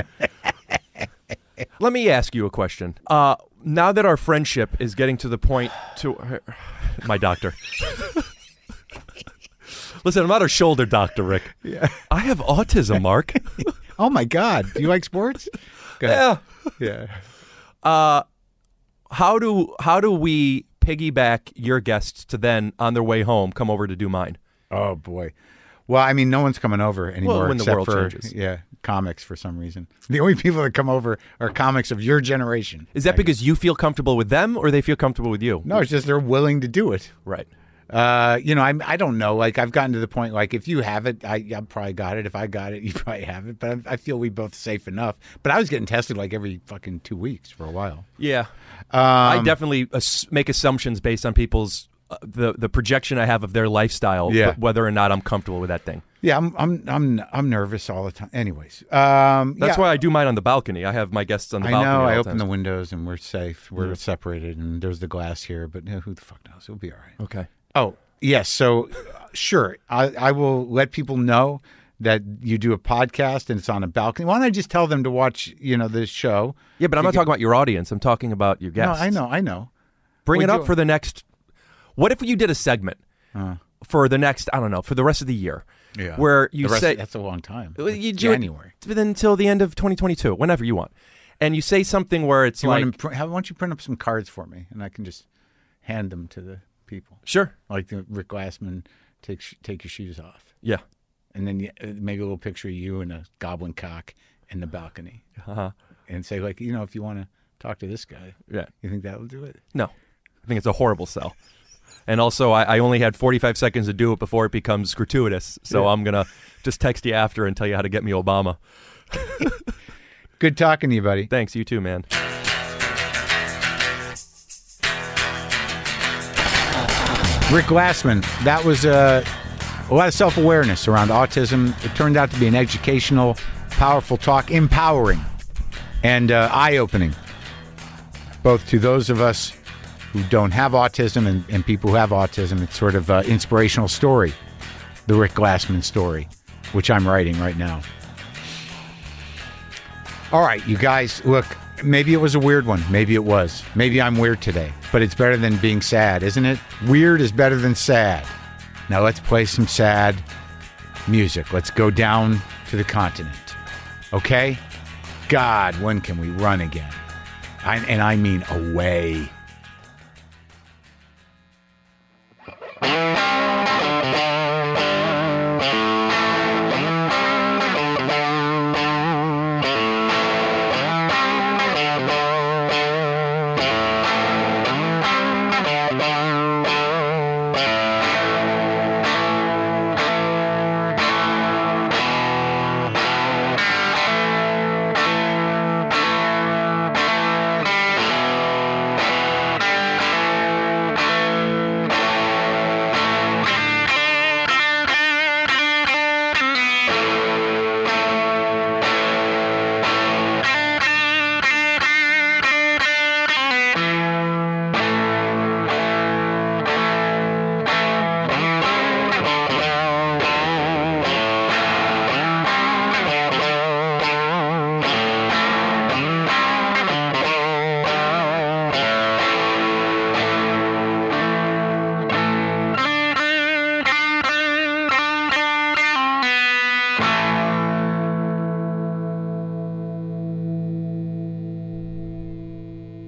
Let me ask you a question. Uh, now that our friendship is getting to the point to my doctor. Listen, I'm not a shoulder doctor, Rick. Yeah. I have autism, Mark. Oh my God, do you like sports? Go ahead. yeah. yeah. how do how do we piggyback your guests to then on their way home come over to do mine? Oh boy. Well, I mean, no one's coming over anymore when the except world for changes. yeah, comics for some reason. The only people that come over are comics of your generation. Is that because you feel comfortable with them or they feel comfortable with you? No, it's just they're willing to do it. Right. Uh, you know, I I don't know. Like I've gotten to the point like if you have it, I I probably got it. If I got it, you probably have it. But I'm, I feel we both safe enough. But I was getting tested like every fucking two weeks for a while. Yeah. I Um, definitely ass- make assumptions based on people's uh, the the projection I have of their lifestyle, Yeah. but whether or not I'm comfortable with that thing. Yeah, I'm I'm I'm I'm nervous all the time. Anyways, um, That's yeah. why I do mine on the balcony. I have my guests on the I balcony. know. all I the open time. the windows and we're safe. We're separated, and there's the glass here. But eh, who the fuck knows? It'll be all right. Okay. Oh, yes. So, uh, sure. I, I will let people know that you do a podcast and it's on a balcony. Why don't I just tell them to watch, you know, this show? Yeah, but I'm not talking about your audience. I'm talking about your guests. No, I know. I know. Bring We it up do- for the next. What if you did a segment for the next? I don't know for the rest of the year. Yeah. Where you The rest- say that's a long time. Well, you It's do it January. th- until the end of 2022, whenever you want. And you say something where it's Do you like, want to, pr- how, why don't you print up some cards for me and I can just hand them to the people? sure, Like the Rick Glassman, take, sh- take your shoes off. yeah, and then you, uh, maybe a little picture of you and a goblin cock in the balcony, and say like, you know, if you want to talk to this guy, Uh-huh. yeah, you think that'll do it? no, I think it's a horrible sell. And also, I, I only had 45 seconds to do it before it becomes gratuitous. So I'm gonna just text you after and tell you how to get me Obama. Good talking to you, buddy. Thanks, you too, man. Rick Glassman. That was uh, a lot of self awareness around autism. It turned out to be an educational, powerful talk, empowering and uh, eye opening, both to those of us who don't have autism and, and people who have autism. It's sort of an inspirational story, the Rick Glassman story, which I'm writing right now. All right, you guys, look, maybe it was a weird one. Maybe it was. Maybe I'm weird today, but it's better than being sad, isn't it? Weird is better than sad. Now let's play some sad music. Let's go down to the continent. Okay? God, when can we run again? I, and I mean away.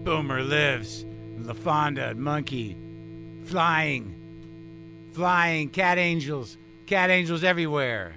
Boomer lives. LaFonda, monkey, flying, flying, cat angels, cat angels everywhere.